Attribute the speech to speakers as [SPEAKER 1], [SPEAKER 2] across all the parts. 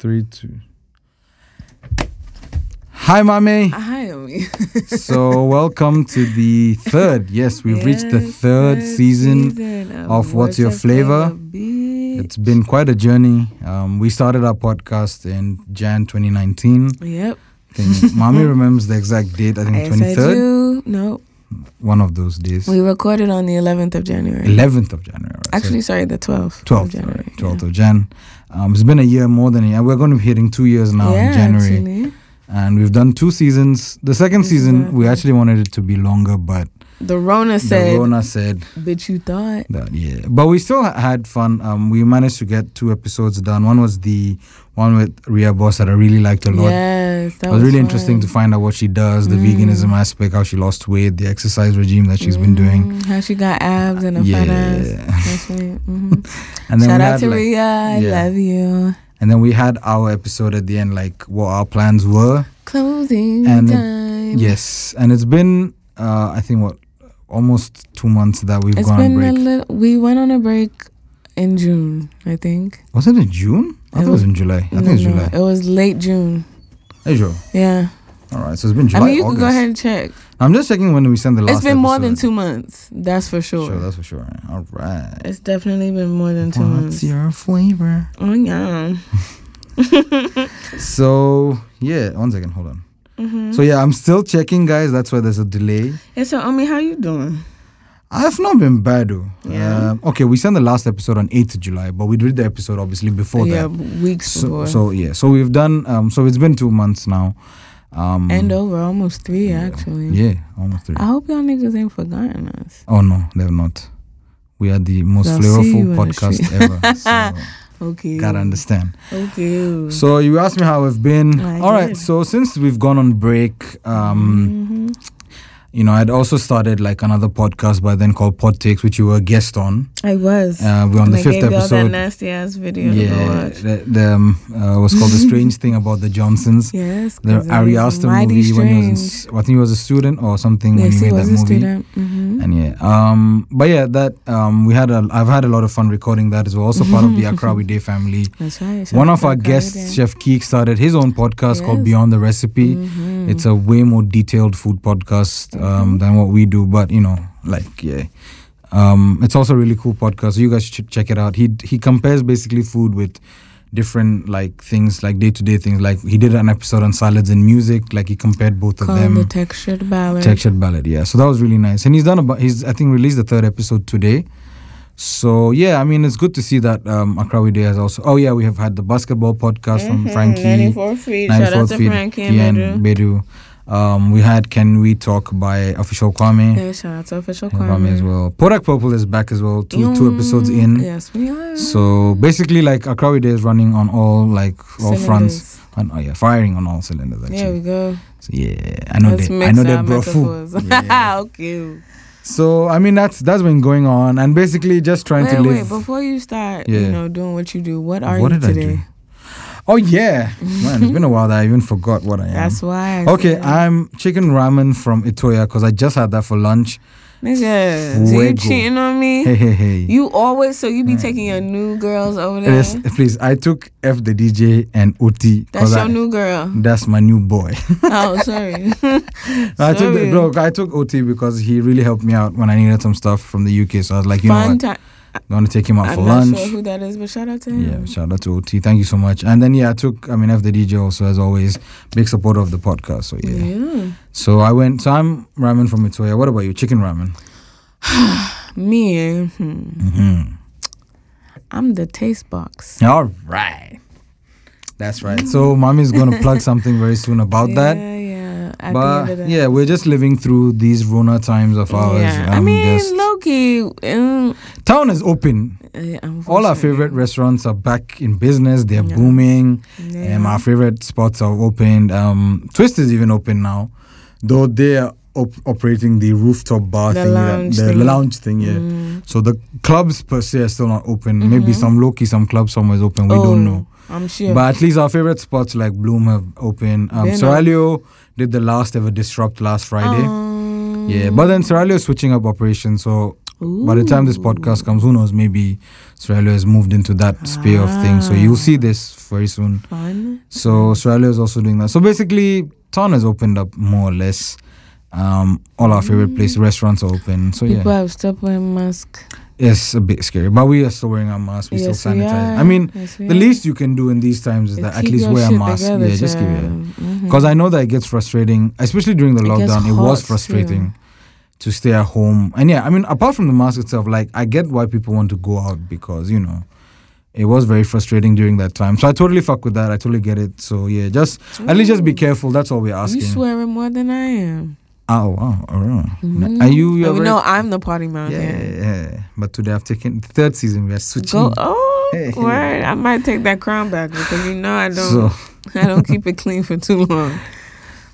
[SPEAKER 1] Three, two. Hi, mommy.
[SPEAKER 2] Hi, Omi.
[SPEAKER 1] so, welcome to the third. Yes, we've reached the
[SPEAKER 2] Yes,
[SPEAKER 1] third season.
[SPEAKER 2] season
[SPEAKER 1] of What's Your Flavor.
[SPEAKER 2] Be?
[SPEAKER 1] It's been quite a journey. Um, we started our podcast in Jan 2019.
[SPEAKER 2] Yep.
[SPEAKER 1] I think mommy remembers the exact date. I think
[SPEAKER 2] Yes, I
[SPEAKER 1] 23rd,
[SPEAKER 2] do. No,
[SPEAKER 1] one of those days.
[SPEAKER 2] we recorded on the 11th of January.
[SPEAKER 1] 11th of January. Right? So
[SPEAKER 2] Actually, sorry, the 12th.
[SPEAKER 1] 12th,
[SPEAKER 2] of January.
[SPEAKER 1] right, 12th of Jan. Um, it's been a year more than a year. We're going to be hitting two years now
[SPEAKER 2] yeah,
[SPEAKER 1] in January.
[SPEAKER 2] actually.
[SPEAKER 1] And we've done two seasons. The second season, we
[SPEAKER 2] Exactly.
[SPEAKER 1] actually wanted it to be longer, but
[SPEAKER 2] The Rona said,
[SPEAKER 1] the Rona said
[SPEAKER 2] but you thought.
[SPEAKER 1] that, yeah. But we still ha- had fun. Um, we managed to get two episodes done. One was the one with Ria Boss that I really liked a lot.
[SPEAKER 2] Yes, that
[SPEAKER 1] it was really interesting to
[SPEAKER 2] fun.
[SPEAKER 1] find out what she does, the
[SPEAKER 2] Mm.
[SPEAKER 1] veganism aspect, how she lost weight, the exercise regime that she's been doing.
[SPEAKER 2] Mm, How she got abs and a fat ass.
[SPEAKER 1] Yeah.
[SPEAKER 2] That's right. hmm
[SPEAKER 1] And then
[SPEAKER 2] Shout
[SPEAKER 1] we
[SPEAKER 2] out
[SPEAKER 1] had,
[SPEAKER 2] to
[SPEAKER 1] like-
[SPEAKER 2] Ria. I
[SPEAKER 1] yeah.
[SPEAKER 2] love you.
[SPEAKER 1] And then we had our episode at the end, like what our plans were.
[SPEAKER 2] Closing
[SPEAKER 1] And it-
[SPEAKER 2] time.
[SPEAKER 1] Yes, and it's been uh, I think what almost two months that we've
[SPEAKER 2] It's
[SPEAKER 1] gone on
[SPEAKER 2] been
[SPEAKER 1] break.
[SPEAKER 2] a little. We went on a break in June, I think.
[SPEAKER 1] was it in June? I
[SPEAKER 2] It
[SPEAKER 1] thought it was
[SPEAKER 2] was-
[SPEAKER 1] in July. I think it's
[SPEAKER 2] No, no,
[SPEAKER 1] July.
[SPEAKER 2] It was late June.
[SPEAKER 1] Hey Joe.
[SPEAKER 2] Yeah.
[SPEAKER 1] All right, so it's been July.
[SPEAKER 2] I mean, you
[SPEAKER 1] August.
[SPEAKER 2] could go ahead and check.
[SPEAKER 1] I'm just checking when we sent the last.
[SPEAKER 2] It's been more than
[SPEAKER 1] episode.
[SPEAKER 2] two months. That's for sure.
[SPEAKER 1] Sure, that's for sure. All right.
[SPEAKER 2] it's definitely been more than two
[SPEAKER 1] What's
[SPEAKER 2] months.
[SPEAKER 1] your flavor?
[SPEAKER 2] oh yeah.
[SPEAKER 1] So yeah, one second, hold on.
[SPEAKER 2] hmm
[SPEAKER 1] So yeah, I'm still checking, guys. That's why there's a delay.
[SPEAKER 2] and so, Omi, how you doing?
[SPEAKER 1] I've not been bad though.
[SPEAKER 2] Yeah.
[SPEAKER 1] Um, okay, we sent the last episode on 8th July, but we did the episode obviously before
[SPEAKER 2] yeah,
[SPEAKER 1] that.
[SPEAKER 2] weeks
[SPEAKER 1] So,
[SPEAKER 2] before.
[SPEAKER 1] so yeah, so we've done. Um, so it's been two months now. Um,
[SPEAKER 2] and Ah. over almost three
[SPEAKER 1] yeah.
[SPEAKER 2] actually.
[SPEAKER 1] Yeah, almost three.
[SPEAKER 2] I hope y'all niggas ain't forgotten us.
[SPEAKER 1] Oh no, they've not. We are the most
[SPEAKER 2] They'll see you
[SPEAKER 1] flavorful
[SPEAKER 2] in the
[SPEAKER 1] podcast
[SPEAKER 2] street.
[SPEAKER 1] ever. So
[SPEAKER 2] Okay.
[SPEAKER 1] gotta understand.
[SPEAKER 2] Okay.
[SPEAKER 1] So you asked me how I've been.
[SPEAKER 2] I
[SPEAKER 1] All right.
[SPEAKER 2] did.
[SPEAKER 1] So since we've gone on break, um,
[SPEAKER 2] Mhm.
[SPEAKER 1] you know, I'd also started like another podcast by then called Pod Takes, which you were a guest on.
[SPEAKER 2] I was.
[SPEAKER 1] Uh, we're on
[SPEAKER 2] And
[SPEAKER 1] the
[SPEAKER 2] I
[SPEAKER 1] fifth
[SPEAKER 2] gave y'all that
[SPEAKER 1] episode.
[SPEAKER 2] nasty ass video to go
[SPEAKER 1] Yeah,
[SPEAKER 2] watch.
[SPEAKER 1] the, the um, uh, was called the strange thing about the Johnsons.
[SPEAKER 2] Yes,
[SPEAKER 1] The
[SPEAKER 2] 'cause it
[SPEAKER 1] Ari
[SPEAKER 2] was
[SPEAKER 1] Aster
[SPEAKER 2] mighty
[SPEAKER 1] movie when he was, in, s-
[SPEAKER 2] strange.
[SPEAKER 1] I think he was a student or something when
[SPEAKER 2] yes,
[SPEAKER 1] he made
[SPEAKER 2] he was
[SPEAKER 1] that
[SPEAKER 2] a
[SPEAKER 1] movie.
[SPEAKER 2] student. hmm
[SPEAKER 1] And yeah, um, but yeah, that um, we had a, I've had a lot of fun recording that as well. Also part of the Akrawi Day family.
[SPEAKER 2] That's right. shout
[SPEAKER 1] One
[SPEAKER 2] out
[SPEAKER 1] of
[SPEAKER 2] to
[SPEAKER 1] our
[SPEAKER 2] Khalid
[SPEAKER 1] guests,
[SPEAKER 2] and-
[SPEAKER 1] Chef Keek, started his own podcast called
[SPEAKER 2] Yes.
[SPEAKER 1] Beyond the Recipe.
[SPEAKER 2] Mhm.
[SPEAKER 1] It's a way more detailed food podcast um, than what we do, but you know, like yeah, um, it's also a really cool podcast. You guys should check it out. He he compares basically food with different like things, like day to day things. Like he did an episode on salads and music. Like he compared both of
[SPEAKER 2] called
[SPEAKER 1] them.
[SPEAKER 2] the textured ballad.
[SPEAKER 1] Textured ballad, yeah. So that was really nice, and he's done about. He's I think released the third episode today. So yeah, I mean it's good to see that um, Akrawi Day has also. Oh yeah, we have had the basketball podcast
[SPEAKER 2] Mm-hmm.
[SPEAKER 1] from Frankie.
[SPEAKER 2] 94 feet. Shout out
[SPEAKER 1] 94th
[SPEAKER 2] to
[SPEAKER 1] feed,
[SPEAKER 2] Frankie
[SPEAKER 1] Kian
[SPEAKER 2] and Bedu.
[SPEAKER 1] Bedu. Um, we had Can We Talk by Official Kwame.
[SPEAKER 2] Yeah, shout out to official
[SPEAKER 1] and Kwame as
[SPEAKER 2] Kwame.
[SPEAKER 1] well. Product Purple is back as well, two, two episodes
[SPEAKER 2] Mm,
[SPEAKER 1] in.
[SPEAKER 2] Yes, we are.
[SPEAKER 1] So basically, like Akrawi Day is running on all like all fronts,
[SPEAKER 2] Cylinders.
[SPEAKER 1] on, oh yeah, firing on all cylinders
[SPEAKER 2] There we
[SPEAKER 1] actually.
[SPEAKER 2] go.
[SPEAKER 1] So, yeah, I know
[SPEAKER 2] Let's
[SPEAKER 1] that. I
[SPEAKER 2] mix
[SPEAKER 1] know
[SPEAKER 2] our
[SPEAKER 1] that, bro. fool.
[SPEAKER 2] metaphors.
[SPEAKER 1] Yeah.
[SPEAKER 2] okay.
[SPEAKER 1] So I mean, that's that's been going on, and basically just trying
[SPEAKER 2] Wait,
[SPEAKER 1] to
[SPEAKER 2] wait.
[SPEAKER 1] live.
[SPEAKER 2] Before you start,
[SPEAKER 1] Yeah.
[SPEAKER 2] you know, doing what you do, what are
[SPEAKER 1] what
[SPEAKER 2] you
[SPEAKER 1] did I
[SPEAKER 2] today?
[SPEAKER 1] do? Oh yeah, man, it's been a while that I even forgot what I am.
[SPEAKER 2] That's why. I
[SPEAKER 1] Okay,
[SPEAKER 2] said-
[SPEAKER 1] I'm chicken ramen from Itoya because I just had that for lunch.
[SPEAKER 2] Nigga, so you
[SPEAKER 1] Fuego.
[SPEAKER 2] cheating on me?
[SPEAKER 1] Hey, hey, hey.
[SPEAKER 2] You always so you be
[SPEAKER 1] Mm.
[SPEAKER 2] taking your new girls over there.
[SPEAKER 1] Yes, please. I took F the DJ and OT. 'cause
[SPEAKER 2] That's your
[SPEAKER 1] I-
[SPEAKER 2] new girl.
[SPEAKER 1] That's my new boy.
[SPEAKER 2] oh, sorry.
[SPEAKER 1] I took the,
[SPEAKER 2] Sorry.
[SPEAKER 1] no, I took OT because he really helped me out when I needed some stuff from the UK. So I was like, you know
[SPEAKER 2] Fun
[SPEAKER 1] what,
[SPEAKER 2] time.
[SPEAKER 1] I'm gonna take him out for
[SPEAKER 2] I'm
[SPEAKER 1] lunch.
[SPEAKER 2] not sure who that is, but shout out to
[SPEAKER 1] Yeah,
[SPEAKER 2] him.
[SPEAKER 1] shout out to OT. Thank you so much. And then yeah, I took I mean F the DJ also as always, big supporter of the podcast. So yeah.
[SPEAKER 2] Yeah.
[SPEAKER 1] So I went. So I'm ramen from Itoya. What about you? Chicken ramen.
[SPEAKER 2] Me, eh, hmm,
[SPEAKER 1] Mm-hmm.
[SPEAKER 2] I'm the taste box.
[SPEAKER 1] All right. That's right. So mommy's gonna plug something very soon about
[SPEAKER 2] yeah,
[SPEAKER 1] that.
[SPEAKER 2] Yeah, At the end
[SPEAKER 1] but
[SPEAKER 2] of the
[SPEAKER 1] yeah, we're just living through these Rona times of ours.
[SPEAKER 2] Yeah. I
[SPEAKER 1] Um,
[SPEAKER 2] mean,
[SPEAKER 1] just-
[SPEAKER 2] Loki. Um,
[SPEAKER 1] town is open. All our favorite restaurants are back in business. They're
[SPEAKER 2] Yeah.
[SPEAKER 1] booming.
[SPEAKER 2] Yeah.
[SPEAKER 1] Um, our favorite spots are opened. Um, Twist is even open now, though they are op- operating the rooftop bar
[SPEAKER 2] The
[SPEAKER 1] thing,
[SPEAKER 2] lounge
[SPEAKER 1] the
[SPEAKER 2] thing.
[SPEAKER 1] lounge thing. Yeah.
[SPEAKER 2] Mm. Mm-hmm.
[SPEAKER 1] So the clubs per se are still not open. Maybe some low key, some clubs somewhere is open. We
[SPEAKER 2] oh,
[SPEAKER 1] don't know.
[SPEAKER 2] I'm sure.
[SPEAKER 1] But at least our favorite spots like Bloom have opened. Um,
[SPEAKER 2] They're not-
[SPEAKER 1] Serralio did the last ever disrupt last Friday.
[SPEAKER 2] Um,
[SPEAKER 1] Yeah, but then Serralio is switching up operations, so By the time this podcast comes, who knows? Maybe Seraglio has moved into that sphere of things. So you'll see this very soon.
[SPEAKER 2] fun.
[SPEAKER 1] So Seraglio is also doing that. So basically, town has opened up more or less. Um, all our favorite places, restaurants are open. So Oh, yeah,
[SPEAKER 2] People have stopped wearing masks.
[SPEAKER 1] it's a bit scary, but we are still wearing our masks. We still sanitize. I mean, the least you can do in these times is that at least wear a mask. yeah, just keep it.
[SPEAKER 2] Mm-hmm.
[SPEAKER 1] Because I know that it gets frustrating, especially during the
[SPEAKER 2] Mm. It gets
[SPEAKER 1] lockdown. It
[SPEAKER 2] hot,
[SPEAKER 1] was
[SPEAKER 2] too.
[SPEAKER 1] frustrating to stay at home. And yeah, I mean, apart from the mask itself, like I get why people want to go out because you know it was very frustrating during that time. So I totally fuck with that. I totally get it. So yeah, just at least just be careful. That's all we're
[SPEAKER 2] You
[SPEAKER 1] asking.
[SPEAKER 2] swearing more than I am.
[SPEAKER 1] Oh wow, all right.
[SPEAKER 2] Mhm.
[SPEAKER 1] Are you? You're
[SPEAKER 2] Oh,
[SPEAKER 1] very-
[SPEAKER 2] no, I'm the party mouse.
[SPEAKER 1] yeah,
[SPEAKER 2] Yeah.
[SPEAKER 1] yeah, yeah. But today I've taken the third season. We are switching.
[SPEAKER 2] Go. Oh,
[SPEAKER 1] Hey.
[SPEAKER 2] word! I might take that crown back because you know I don't.
[SPEAKER 1] So
[SPEAKER 2] I don't keep it clean for too long.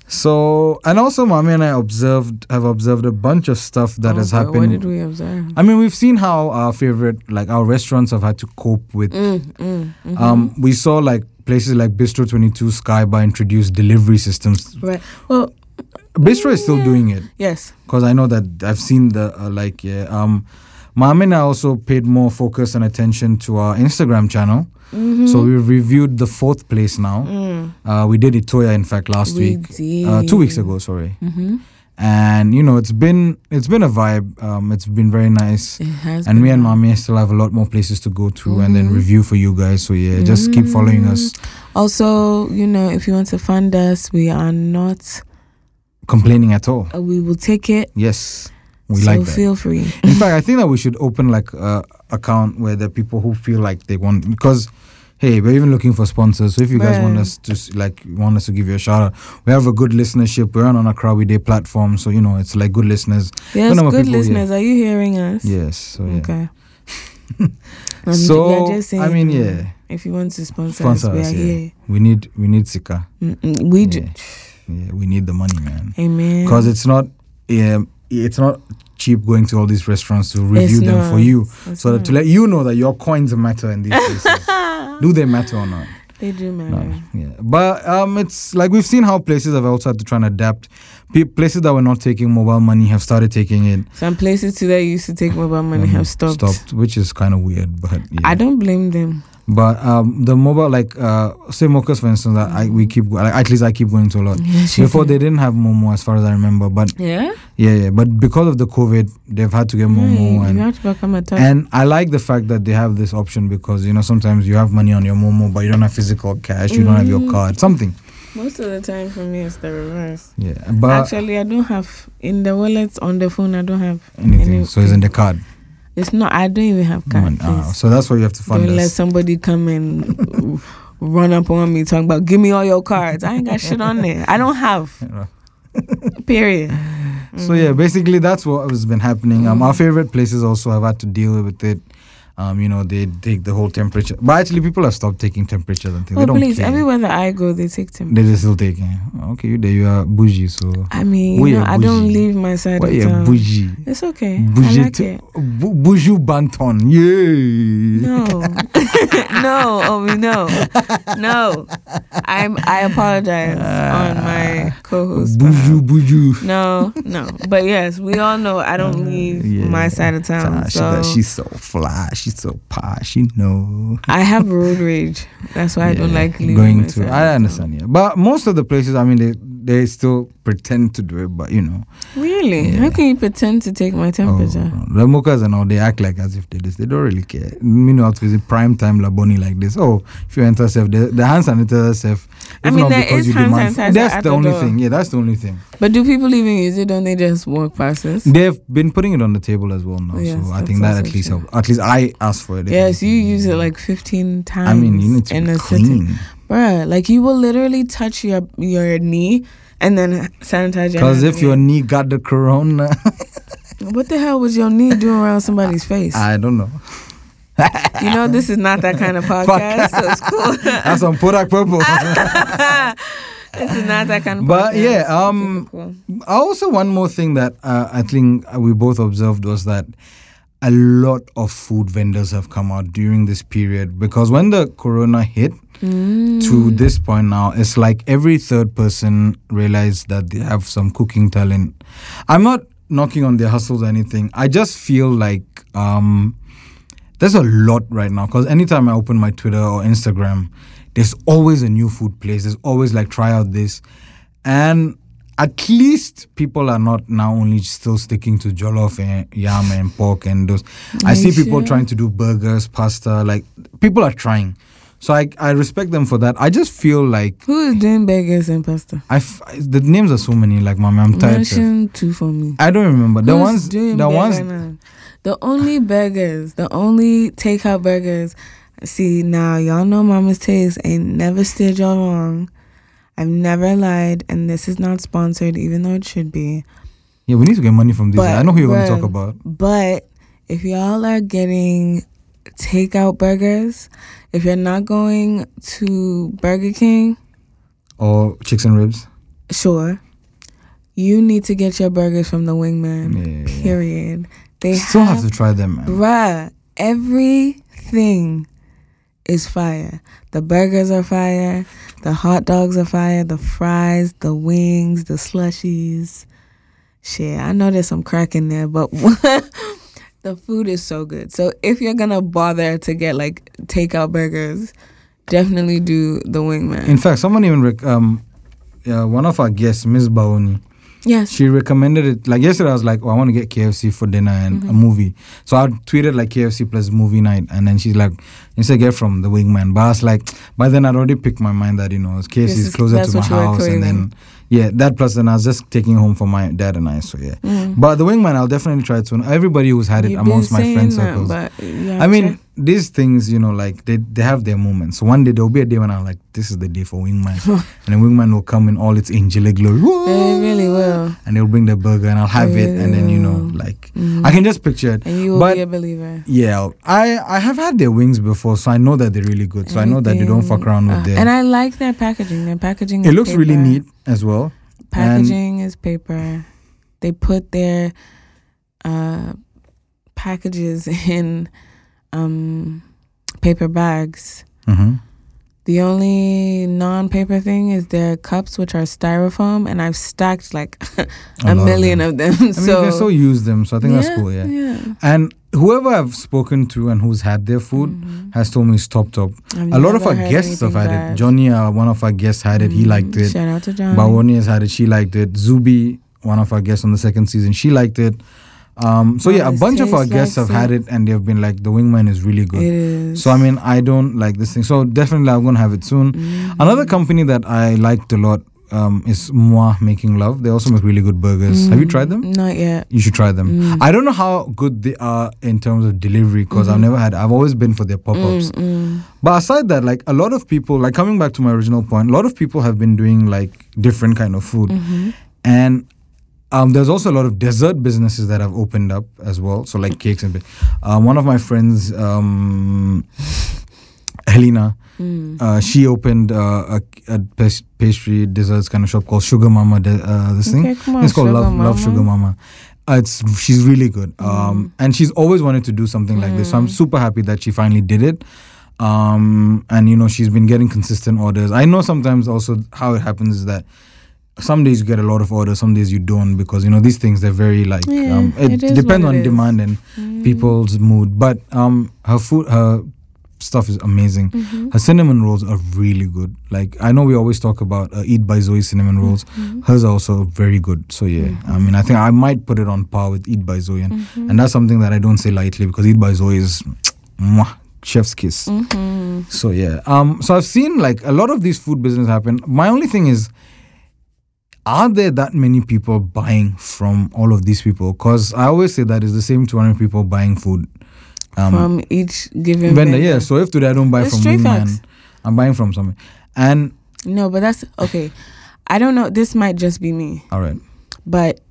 [SPEAKER 1] so and also, mommy and I observed have observed a bunch of stuff that
[SPEAKER 2] Oh,
[SPEAKER 1] has
[SPEAKER 2] boy,
[SPEAKER 1] happened.
[SPEAKER 2] What did we observe?
[SPEAKER 1] I mean, we've seen how our favorite, like our restaurants, have had to cope with.
[SPEAKER 2] Mm, mm, mhm.
[SPEAKER 1] Um, we saw like places like Bistro Twenty Two, Skybar introduce delivery systems.
[SPEAKER 2] right. Well,
[SPEAKER 1] Bistro is still
[SPEAKER 2] Yeah.
[SPEAKER 1] doing it
[SPEAKER 2] yes.
[SPEAKER 1] because I know that I've seen the uh, like. Yeah, um, Mom and I also paid more focus and attention to our Instagram channel.
[SPEAKER 2] Mhm.
[SPEAKER 1] So we reviewed the fourth place now.
[SPEAKER 2] Mm.
[SPEAKER 1] Uh, we did Itoya, in fact, last
[SPEAKER 2] We
[SPEAKER 1] week, uh, two weeks
[SPEAKER 2] did.
[SPEAKER 1] ago. Sorry,
[SPEAKER 2] Mm-hmm.
[SPEAKER 1] and you know it's been it's been a vibe. Um, it's been very nice.
[SPEAKER 2] It has.
[SPEAKER 1] And
[SPEAKER 2] been
[SPEAKER 1] me and
[SPEAKER 2] hard.
[SPEAKER 1] mommy still have a lot more places to go to and then
[SPEAKER 2] Mhm.
[SPEAKER 1] review for you guys. So yeah, just keep following us.
[SPEAKER 2] Mm-hmm. Also, you know, if you want to find us, we are not.
[SPEAKER 1] Complaining at all?
[SPEAKER 2] Uh, we will take it.
[SPEAKER 1] Yes, we
[SPEAKER 2] so
[SPEAKER 1] like that.
[SPEAKER 2] feel free.
[SPEAKER 1] In fact, I think that we should open like a account where the people who feel like they want because. Hey, we're even looking for sponsors. So if you guys want
[SPEAKER 2] Right.
[SPEAKER 1] us to s- like want us to give you a shout out, we have a good listenership. We're on an Accra We Day platform, so you know it's like good listeners.
[SPEAKER 2] Yes,
[SPEAKER 1] number of
[SPEAKER 2] good
[SPEAKER 1] people, yeah.
[SPEAKER 2] listeners, are you hearing us?
[SPEAKER 1] Yes. So yeah.
[SPEAKER 2] Okay. I'm ju-
[SPEAKER 1] So
[SPEAKER 2] we are um,
[SPEAKER 1] I mean, yeah,
[SPEAKER 2] If you want to sponsor,
[SPEAKER 1] Sponsor
[SPEAKER 2] us, we
[SPEAKER 1] us,
[SPEAKER 2] are
[SPEAKER 1] yeah.
[SPEAKER 2] here.
[SPEAKER 1] we need we need Sika.
[SPEAKER 2] Mm-mm, we do.
[SPEAKER 1] Yeah. Yeah, we need the money, man.
[SPEAKER 2] Amen.
[SPEAKER 1] because it's not um, it's not cheap going to all these restaurants to review them for you so that to let you know that your coins matter in these places do they matter or not
[SPEAKER 2] they do matter.
[SPEAKER 1] no yeah but um it's like we've seen how places have also had to try and adapt Pe- places that were not taking mobile money have started taking it
[SPEAKER 2] Some places today used to take mobile money
[SPEAKER 1] and
[SPEAKER 2] have stopped.
[SPEAKER 1] which is kind of weird but yeah.
[SPEAKER 2] I don't blame them.
[SPEAKER 1] but um the mobile like uh say mokas for instance that I, we keep go- like, at least i keep going to a lot
[SPEAKER 2] Mm.
[SPEAKER 1] before they didn't have momo as far as i remember but
[SPEAKER 2] Yeah.
[SPEAKER 1] yeah yeah but because of the covid they've had to get momo
[SPEAKER 2] Right,
[SPEAKER 1] and
[SPEAKER 2] you have to become a top.
[SPEAKER 1] And I like the fact that they have this option because you know sometimes you have money on your Momo but you don't have physical cash, you don't have your
[SPEAKER 2] Mm.
[SPEAKER 1] card, something.
[SPEAKER 2] Most of the time for me, it's the reverse.
[SPEAKER 1] Yeah, but
[SPEAKER 2] Actually, I don't have in the wallet on the phone. I don't have.
[SPEAKER 1] anything.
[SPEAKER 2] any-
[SPEAKER 1] so it's in the card.
[SPEAKER 2] It's not. I don't even have card.
[SPEAKER 1] Mon- ah,
[SPEAKER 2] please.
[SPEAKER 1] so that's why you have to fund
[SPEAKER 2] Don't let
[SPEAKER 1] us.
[SPEAKER 2] somebody come and run up on me talking about give me all your cards. I ain't got shit on there. I don't have. Period.
[SPEAKER 1] So yeah, basically that's what has been happening. Um,
[SPEAKER 2] Mm.
[SPEAKER 1] our favorite places also have had to deal with it. Um, you know they take the whole temperature, but actually people have stopped taking temperatures and things.
[SPEAKER 2] Oh
[SPEAKER 1] they don't
[SPEAKER 2] please,
[SPEAKER 1] care.
[SPEAKER 2] everywhere that I go, they take them.
[SPEAKER 1] They're just still taking. it. Okay, you there? You are bougie, so
[SPEAKER 2] I mean,
[SPEAKER 1] Where
[SPEAKER 2] you know,
[SPEAKER 1] you're
[SPEAKER 2] I don't
[SPEAKER 1] bougie.
[SPEAKER 2] leave my side
[SPEAKER 1] why
[SPEAKER 2] of
[SPEAKER 1] you
[SPEAKER 2] town.
[SPEAKER 1] bougie?
[SPEAKER 2] It's okay.
[SPEAKER 1] Bougie,
[SPEAKER 2] I like
[SPEAKER 1] t-
[SPEAKER 2] it.
[SPEAKER 1] bu- bougie banton, yeah.
[SPEAKER 2] No, no, oh no, no. I'm. I apologize
[SPEAKER 1] Ah.
[SPEAKER 2] on my co-host.
[SPEAKER 1] Buju, buju.
[SPEAKER 2] No, no. But yes, we all know I don't leave
[SPEAKER 1] Uh, yeah.
[SPEAKER 2] my side of town.
[SPEAKER 1] Tasha, that
[SPEAKER 2] so
[SPEAKER 1] she's so fly. She's so posh. You know.
[SPEAKER 2] I have road rage. That's why I don't
[SPEAKER 1] Yeah,
[SPEAKER 2] like leaving my
[SPEAKER 1] going
[SPEAKER 2] side
[SPEAKER 1] to.
[SPEAKER 2] of
[SPEAKER 1] I
[SPEAKER 2] town.
[SPEAKER 1] understand. Yeah, but most of the places, I mean, they they still pretend to do it, but you know,
[SPEAKER 2] Really?
[SPEAKER 1] Yeah.
[SPEAKER 2] How can you pretend to take my temperature?
[SPEAKER 1] Oh, the mockers and all they act like as if they this. They don't really care. Meanwhile, it's a prime time laboni like this. Oh, if you enter safe, the, the hand sanitizer safe.
[SPEAKER 2] I
[SPEAKER 1] if
[SPEAKER 2] mean,
[SPEAKER 1] not
[SPEAKER 2] there
[SPEAKER 1] because
[SPEAKER 2] is
[SPEAKER 1] you
[SPEAKER 2] hand
[SPEAKER 1] demand-
[SPEAKER 2] sanitizer
[SPEAKER 1] That's
[SPEAKER 2] at
[SPEAKER 1] the
[SPEAKER 2] the
[SPEAKER 1] only
[SPEAKER 2] door.
[SPEAKER 1] thing. Yeah, that's the only thing.
[SPEAKER 2] But do people even use it? Don't they just walk past us?
[SPEAKER 1] They've been putting it on the table as well now,
[SPEAKER 2] Yes,
[SPEAKER 1] so I
[SPEAKER 2] that's
[SPEAKER 1] think that
[SPEAKER 2] also
[SPEAKER 1] at least
[SPEAKER 2] true.
[SPEAKER 1] help. At least I asked for it. if
[SPEAKER 2] Yes, you
[SPEAKER 1] anything.
[SPEAKER 2] use it like 15 times.
[SPEAKER 1] I mean, you need to
[SPEAKER 2] in
[SPEAKER 1] be
[SPEAKER 2] a sitting.
[SPEAKER 1] clean.
[SPEAKER 2] Bruh, like you will literally touch your your knee and then sanitize your
[SPEAKER 1] Because
[SPEAKER 2] hand
[SPEAKER 1] if your
[SPEAKER 2] again.
[SPEAKER 1] knee got the corona,
[SPEAKER 2] What the hell was your knee doing around somebody's face?
[SPEAKER 1] I don't know.
[SPEAKER 2] you know, this is not that kind of podcast, so it's cool.
[SPEAKER 1] That's on product purple. I
[SPEAKER 2] Ah, this is not that kind of
[SPEAKER 1] But,
[SPEAKER 2] podcast,
[SPEAKER 1] yeah,
[SPEAKER 2] so it's
[SPEAKER 1] um,
[SPEAKER 2] cool.
[SPEAKER 1] also, one more thing that uh, I think we both observed was that a lot of food vendors have come out during this period because when the corona hit to this point now, it's like every third person realized that they have some cooking talent. I'm not knocking on their hustles or anything. I just feel like um, there's a lot right now because anytime I open my Twitter or Instagram, there's always a new food place. There's always like try out this, and at least people are not now only still sticking to jollof and yam and pork and those. I
[SPEAKER 2] Are
[SPEAKER 1] see
[SPEAKER 2] you
[SPEAKER 1] people
[SPEAKER 2] sure?
[SPEAKER 1] trying to do burgers, pasta. Like people are trying, so I I respect them for that. I just feel like
[SPEAKER 2] Who is doing burgers and pasta?
[SPEAKER 1] I f- the names are so many. Like my I'm tired. Chef.
[SPEAKER 2] Mention two for me.
[SPEAKER 1] I don't remember the
[SPEAKER 2] Who's
[SPEAKER 1] ones.
[SPEAKER 2] doing
[SPEAKER 1] The
[SPEAKER 2] burger
[SPEAKER 1] ones.
[SPEAKER 2] now? The only burgers, the only takeout burgers. See now, y'all know Mama's Taste ain't never steered y'all wrong. I've never lied, and this is not sponsored, even though it should be.
[SPEAKER 1] Yeah, we need to get money from this.
[SPEAKER 2] But,
[SPEAKER 1] I know who you're going to
[SPEAKER 2] bruh,
[SPEAKER 1] talk about.
[SPEAKER 2] But if y'all are getting takeout burgers, if you're not going to Burger King,
[SPEAKER 1] Or chicks and ribs.
[SPEAKER 2] sure, you need to get your burgers from the Wingman.
[SPEAKER 1] Yeah.
[SPEAKER 2] Period. They
[SPEAKER 1] Still have to try them, man.
[SPEAKER 2] Bruh, everything is fire. The burgers are fire. The hot dogs are fire. The fries, the wings, the slushies. Shit, I know there's some crack in there, but the food is so good. So if you're gonna bother to get like takeout burgers, definitely do the wingman.
[SPEAKER 1] In fact, someone even rec- um, yeah, one of our guests, Miss Baoni,
[SPEAKER 2] yes.
[SPEAKER 1] she recommended it. Like yesterday, I was like, "Oh, I want to get KFC for dinner and
[SPEAKER 2] Mm-hmm.
[SPEAKER 1] a movie." So I tweeted like KFC plus movie night, and then she's like, "Instead, get from the Wingman." But I was like, by then I'd already picked my mind that you know KFC
[SPEAKER 2] This
[SPEAKER 1] is
[SPEAKER 2] is-
[SPEAKER 1] closer
[SPEAKER 2] that's
[SPEAKER 1] to my
[SPEAKER 2] what you were
[SPEAKER 1] house, and then
[SPEAKER 2] craving.
[SPEAKER 1] yeah, that plus then I was just taking home for my dad and I. So yeah,
[SPEAKER 2] Mm.
[SPEAKER 1] but the Wingman, I'll definitely try it soon. Everybody who's had it
[SPEAKER 2] You've
[SPEAKER 1] amongst
[SPEAKER 2] been
[SPEAKER 1] my friend
[SPEAKER 2] saying that,
[SPEAKER 1] circles.
[SPEAKER 2] but you
[SPEAKER 1] I
[SPEAKER 2] haven't
[SPEAKER 1] mean,
[SPEAKER 2] tried-
[SPEAKER 1] these things, you know, like they, they have their moments. So one day there'll be a day when I'm like, this is the day for Wingman. and then Wingman will come in all its angelic glory.
[SPEAKER 2] they really will.
[SPEAKER 1] And they'll bring the burger and I'll have
[SPEAKER 2] They
[SPEAKER 1] it. And then, you know,
[SPEAKER 2] will.
[SPEAKER 1] like,
[SPEAKER 2] Mhm.
[SPEAKER 1] I can just picture it.
[SPEAKER 2] and you will
[SPEAKER 1] but-
[SPEAKER 2] be a believer.
[SPEAKER 1] Yeah, I, I have had their wings before, so I know that they're really good. So I know that they don't fuck
[SPEAKER 2] Everything.
[SPEAKER 1] around with
[SPEAKER 2] Uh,
[SPEAKER 1] their.
[SPEAKER 2] And I like their packaging. Their packaging.
[SPEAKER 1] it
[SPEAKER 2] is
[SPEAKER 1] looks really
[SPEAKER 2] paper.
[SPEAKER 1] neat as well.
[SPEAKER 2] Packaging is paper. They put their uh, packages in um, paper bags.
[SPEAKER 1] hmm
[SPEAKER 2] The only non-paper thing is their cups, which are styrofoam, and I've stacked like a, million of them.
[SPEAKER 1] I mean,
[SPEAKER 2] so,
[SPEAKER 1] you can still use them, so I think that's cool, yeah. And whoever I've spoken to and who's had their food
[SPEAKER 2] Mhm.
[SPEAKER 1] has told me it's top top.
[SPEAKER 2] I've
[SPEAKER 1] A lot of
[SPEAKER 2] never
[SPEAKER 1] our
[SPEAKER 2] heard
[SPEAKER 1] guests have had
[SPEAKER 2] anything
[SPEAKER 1] it.
[SPEAKER 2] bad.
[SPEAKER 1] Johnny, uh, one of our guests, had it. He
[SPEAKER 2] Mhm.
[SPEAKER 1] liked it.
[SPEAKER 2] Shout out to John.
[SPEAKER 1] Bawoni has had it. She liked it. Zubi, one of our guests on the second season, she liked it. Um, so yeah, a
[SPEAKER 2] Mama's
[SPEAKER 1] bunch of our
[SPEAKER 2] Taste
[SPEAKER 1] guests have
[SPEAKER 2] likes
[SPEAKER 1] had it, and they've been like, the wingman is really
[SPEAKER 2] It
[SPEAKER 1] good.
[SPEAKER 2] is.
[SPEAKER 1] So I mean, I don't like this thing. So definitely, I'm gonna have it soon.
[SPEAKER 2] Mhm.
[SPEAKER 1] Another company that I liked a lot um, is Moi Making Love. They also make really good burgers. Have you
[SPEAKER 2] Mm,
[SPEAKER 1] tried them?
[SPEAKER 2] Not yet.
[SPEAKER 1] You should try them.
[SPEAKER 2] Mm.
[SPEAKER 1] I don't know how good they are in terms of delivery because I've
[SPEAKER 2] Mhm.
[SPEAKER 1] never had. I've always been for their pop ups.
[SPEAKER 2] Mm, mm.
[SPEAKER 1] But aside that, like a lot of people, like coming back to my original point, a lot of people have been doing like different kind of food,
[SPEAKER 2] Mhm.
[SPEAKER 1] and um, there's also a lot of dessert businesses that have opened up as well. So like cakes and ba- uh, one of my friends, um, Helena,
[SPEAKER 2] Mm.
[SPEAKER 1] uh, she opened uh, a, a pes- pastry desserts kind of shop called Sugar Mama. De- uh, this thing
[SPEAKER 2] Okay, come on,
[SPEAKER 1] it's called
[SPEAKER 2] Sugar
[SPEAKER 1] Love Love Sugar
[SPEAKER 2] Mama. Mm.
[SPEAKER 1] Mama. Uh, it's she's really good, um, and she's always wanted to do something like this. So I'm super happy that she finally did it. Um, and you know she's been getting consistent orders. I know sometimes also how it happens is that some days you get a lot of orders, some days you don't because you know these things they're very like
[SPEAKER 2] Yeah,
[SPEAKER 1] um,
[SPEAKER 2] it
[SPEAKER 1] it,
[SPEAKER 2] is
[SPEAKER 1] depends on
[SPEAKER 2] what it is. Mm.
[SPEAKER 1] demand and people's mood. But um, her food, her stuff is amazing.
[SPEAKER 2] Mm-hmm.
[SPEAKER 1] Her cinnamon rolls are really good. Like I know we always talk about uh, Eat by Zoe cinnamon rolls.
[SPEAKER 2] Mm-hmm.
[SPEAKER 1] Hers are also very good. So yeah, I mean, I think I might put it on par with Eat by Zoe, and,
[SPEAKER 2] Mm-hmm.
[SPEAKER 1] and that's something that I don't say lightly because Eat by Zoe is mwah, chef's kiss.
[SPEAKER 2] Mhm.
[SPEAKER 1] So yeah, um, so I've seen like a lot of these food business happen. My only thing is, are there that many people buying from all of these people? Because I always say that it's the same 200 people buying food. Um,
[SPEAKER 2] From each given
[SPEAKER 1] vendor, yeah. So if today I don't buy
[SPEAKER 2] It's
[SPEAKER 1] from
[SPEAKER 2] straight
[SPEAKER 1] Wingman,
[SPEAKER 2] facts.
[SPEAKER 1] I'm buying from somewhere. And
[SPEAKER 2] No, but that's okay. I don't know. This might just be me,
[SPEAKER 1] all right,
[SPEAKER 2] but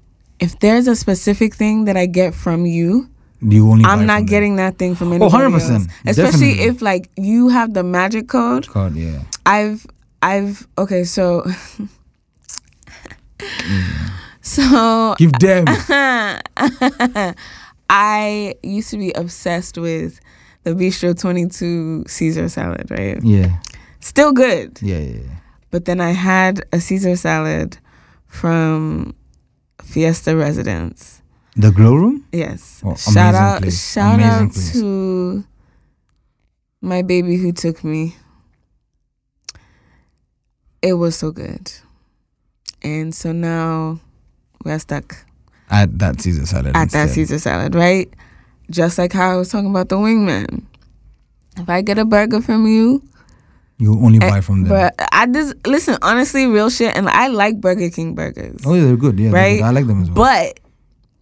[SPEAKER 2] if there's a specific thing that I get from you,
[SPEAKER 1] you only. buy
[SPEAKER 2] I'm
[SPEAKER 1] from
[SPEAKER 2] not
[SPEAKER 1] them.
[SPEAKER 2] getting that thing from anybody
[SPEAKER 1] 100%,
[SPEAKER 2] else. Especially
[SPEAKER 1] definitely.
[SPEAKER 2] if like you have the magic code.
[SPEAKER 1] God, yeah.
[SPEAKER 2] I've I've okay. So
[SPEAKER 1] Mm.
[SPEAKER 2] so
[SPEAKER 1] Give them.
[SPEAKER 2] I used to be obsessed with the Bistro 22 Caesar salad, right?
[SPEAKER 1] yeah,
[SPEAKER 2] Still good.
[SPEAKER 1] yeah, yeah. yeah.
[SPEAKER 2] But then I had a Caesar salad from Fiesta Residence.
[SPEAKER 1] The grill room?
[SPEAKER 2] Yes.
[SPEAKER 1] Oh,
[SPEAKER 2] shout
[SPEAKER 1] amazing
[SPEAKER 2] out
[SPEAKER 1] place.
[SPEAKER 2] shout
[SPEAKER 1] Amazing
[SPEAKER 2] out
[SPEAKER 1] place.
[SPEAKER 2] to my baby who took me. It was so good. And so now we're stuck
[SPEAKER 1] At that Caesar salad.
[SPEAKER 2] at that
[SPEAKER 1] instead.
[SPEAKER 2] Caesar salad, right? Just like how I was talking about the wingman. If I get a burger from you,
[SPEAKER 1] You only
[SPEAKER 2] eh,
[SPEAKER 1] buy from them.
[SPEAKER 2] but I just listen, honestly, real shit, and I like Burger King burgers.
[SPEAKER 1] oh, yeah, they're good. Yeah, they're
[SPEAKER 2] Right?
[SPEAKER 1] good. I like them as well.
[SPEAKER 2] But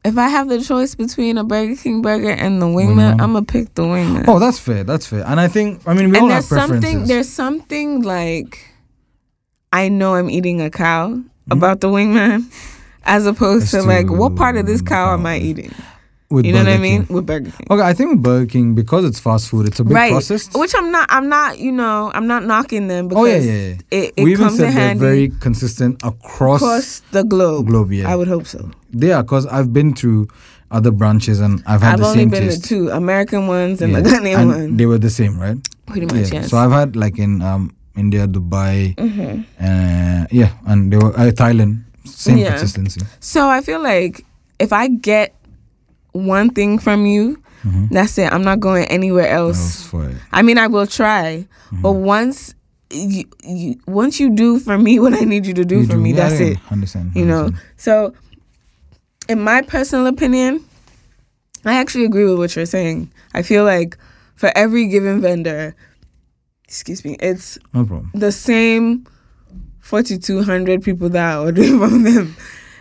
[SPEAKER 2] if I have the choice between a Burger King burger and the wingman,
[SPEAKER 1] Wingman.
[SPEAKER 2] I'm gonna pick the wingman.
[SPEAKER 1] oh, that's fair. That's fair. And I think, I mean, we all
[SPEAKER 2] and
[SPEAKER 1] have
[SPEAKER 2] there's
[SPEAKER 1] preferences.
[SPEAKER 2] something there's something like I know I'm eating a cow
[SPEAKER 1] Mm-hmm.
[SPEAKER 2] about the wingman. As opposed
[SPEAKER 1] As
[SPEAKER 2] to like, what
[SPEAKER 1] to
[SPEAKER 2] part of this
[SPEAKER 1] the
[SPEAKER 2] cow am
[SPEAKER 1] cow.
[SPEAKER 2] I eating?
[SPEAKER 1] with
[SPEAKER 2] You know what I
[SPEAKER 1] Burger
[SPEAKER 2] mean?
[SPEAKER 1] King.
[SPEAKER 2] With Burger King,
[SPEAKER 1] Okay, I think with Burger King, because it's fast food, it's a bit
[SPEAKER 2] right?
[SPEAKER 1] processed.
[SPEAKER 2] Which I'm not. I'm not. You know, I'm not knocking them because
[SPEAKER 1] Oh, yeah, yeah, yeah.
[SPEAKER 2] it, it
[SPEAKER 1] we even
[SPEAKER 2] comes in
[SPEAKER 1] said they're
[SPEAKER 2] handy
[SPEAKER 1] very consistent across,
[SPEAKER 2] across the globe.
[SPEAKER 1] globe, yeah.
[SPEAKER 2] I would hope so.
[SPEAKER 1] They are, because I've been to other branches and I've had
[SPEAKER 2] I've
[SPEAKER 1] the
[SPEAKER 2] only
[SPEAKER 1] same
[SPEAKER 2] been
[SPEAKER 1] taste.
[SPEAKER 2] to two American ones and the
[SPEAKER 1] Yeah.
[SPEAKER 2] Ghanaian
[SPEAKER 1] And
[SPEAKER 2] one.
[SPEAKER 1] They were the same, right?
[SPEAKER 2] Pretty much,
[SPEAKER 1] yeah.
[SPEAKER 2] yes. Mm-hmm.
[SPEAKER 1] So I've had like in um, India, Dubai, uh, yeah, and they were uh, Thailand, same
[SPEAKER 2] Yeah.
[SPEAKER 1] consistency.
[SPEAKER 2] So I feel like if I get one thing from you,
[SPEAKER 1] Mm-hmm.
[SPEAKER 2] that's it. I'm not going anywhere
[SPEAKER 1] That
[SPEAKER 2] else.
[SPEAKER 1] was for it.
[SPEAKER 2] I mean, I will try, but
[SPEAKER 1] Mm-hmm.
[SPEAKER 2] once you, you once you do for me what I need you to do
[SPEAKER 1] You
[SPEAKER 2] for me,
[SPEAKER 1] yeah,
[SPEAKER 2] that's
[SPEAKER 1] yeah,
[SPEAKER 2] it.
[SPEAKER 1] Understand?
[SPEAKER 2] You know.
[SPEAKER 1] understand.
[SPEAKER 2] So, in my personal opinion, I actually agree with what you're saying. I feel like for every given vendor, excuse me, it's
[SPEAKER 1] no problem.
[SPEAKER 2] the same 4200 people that are ordering from them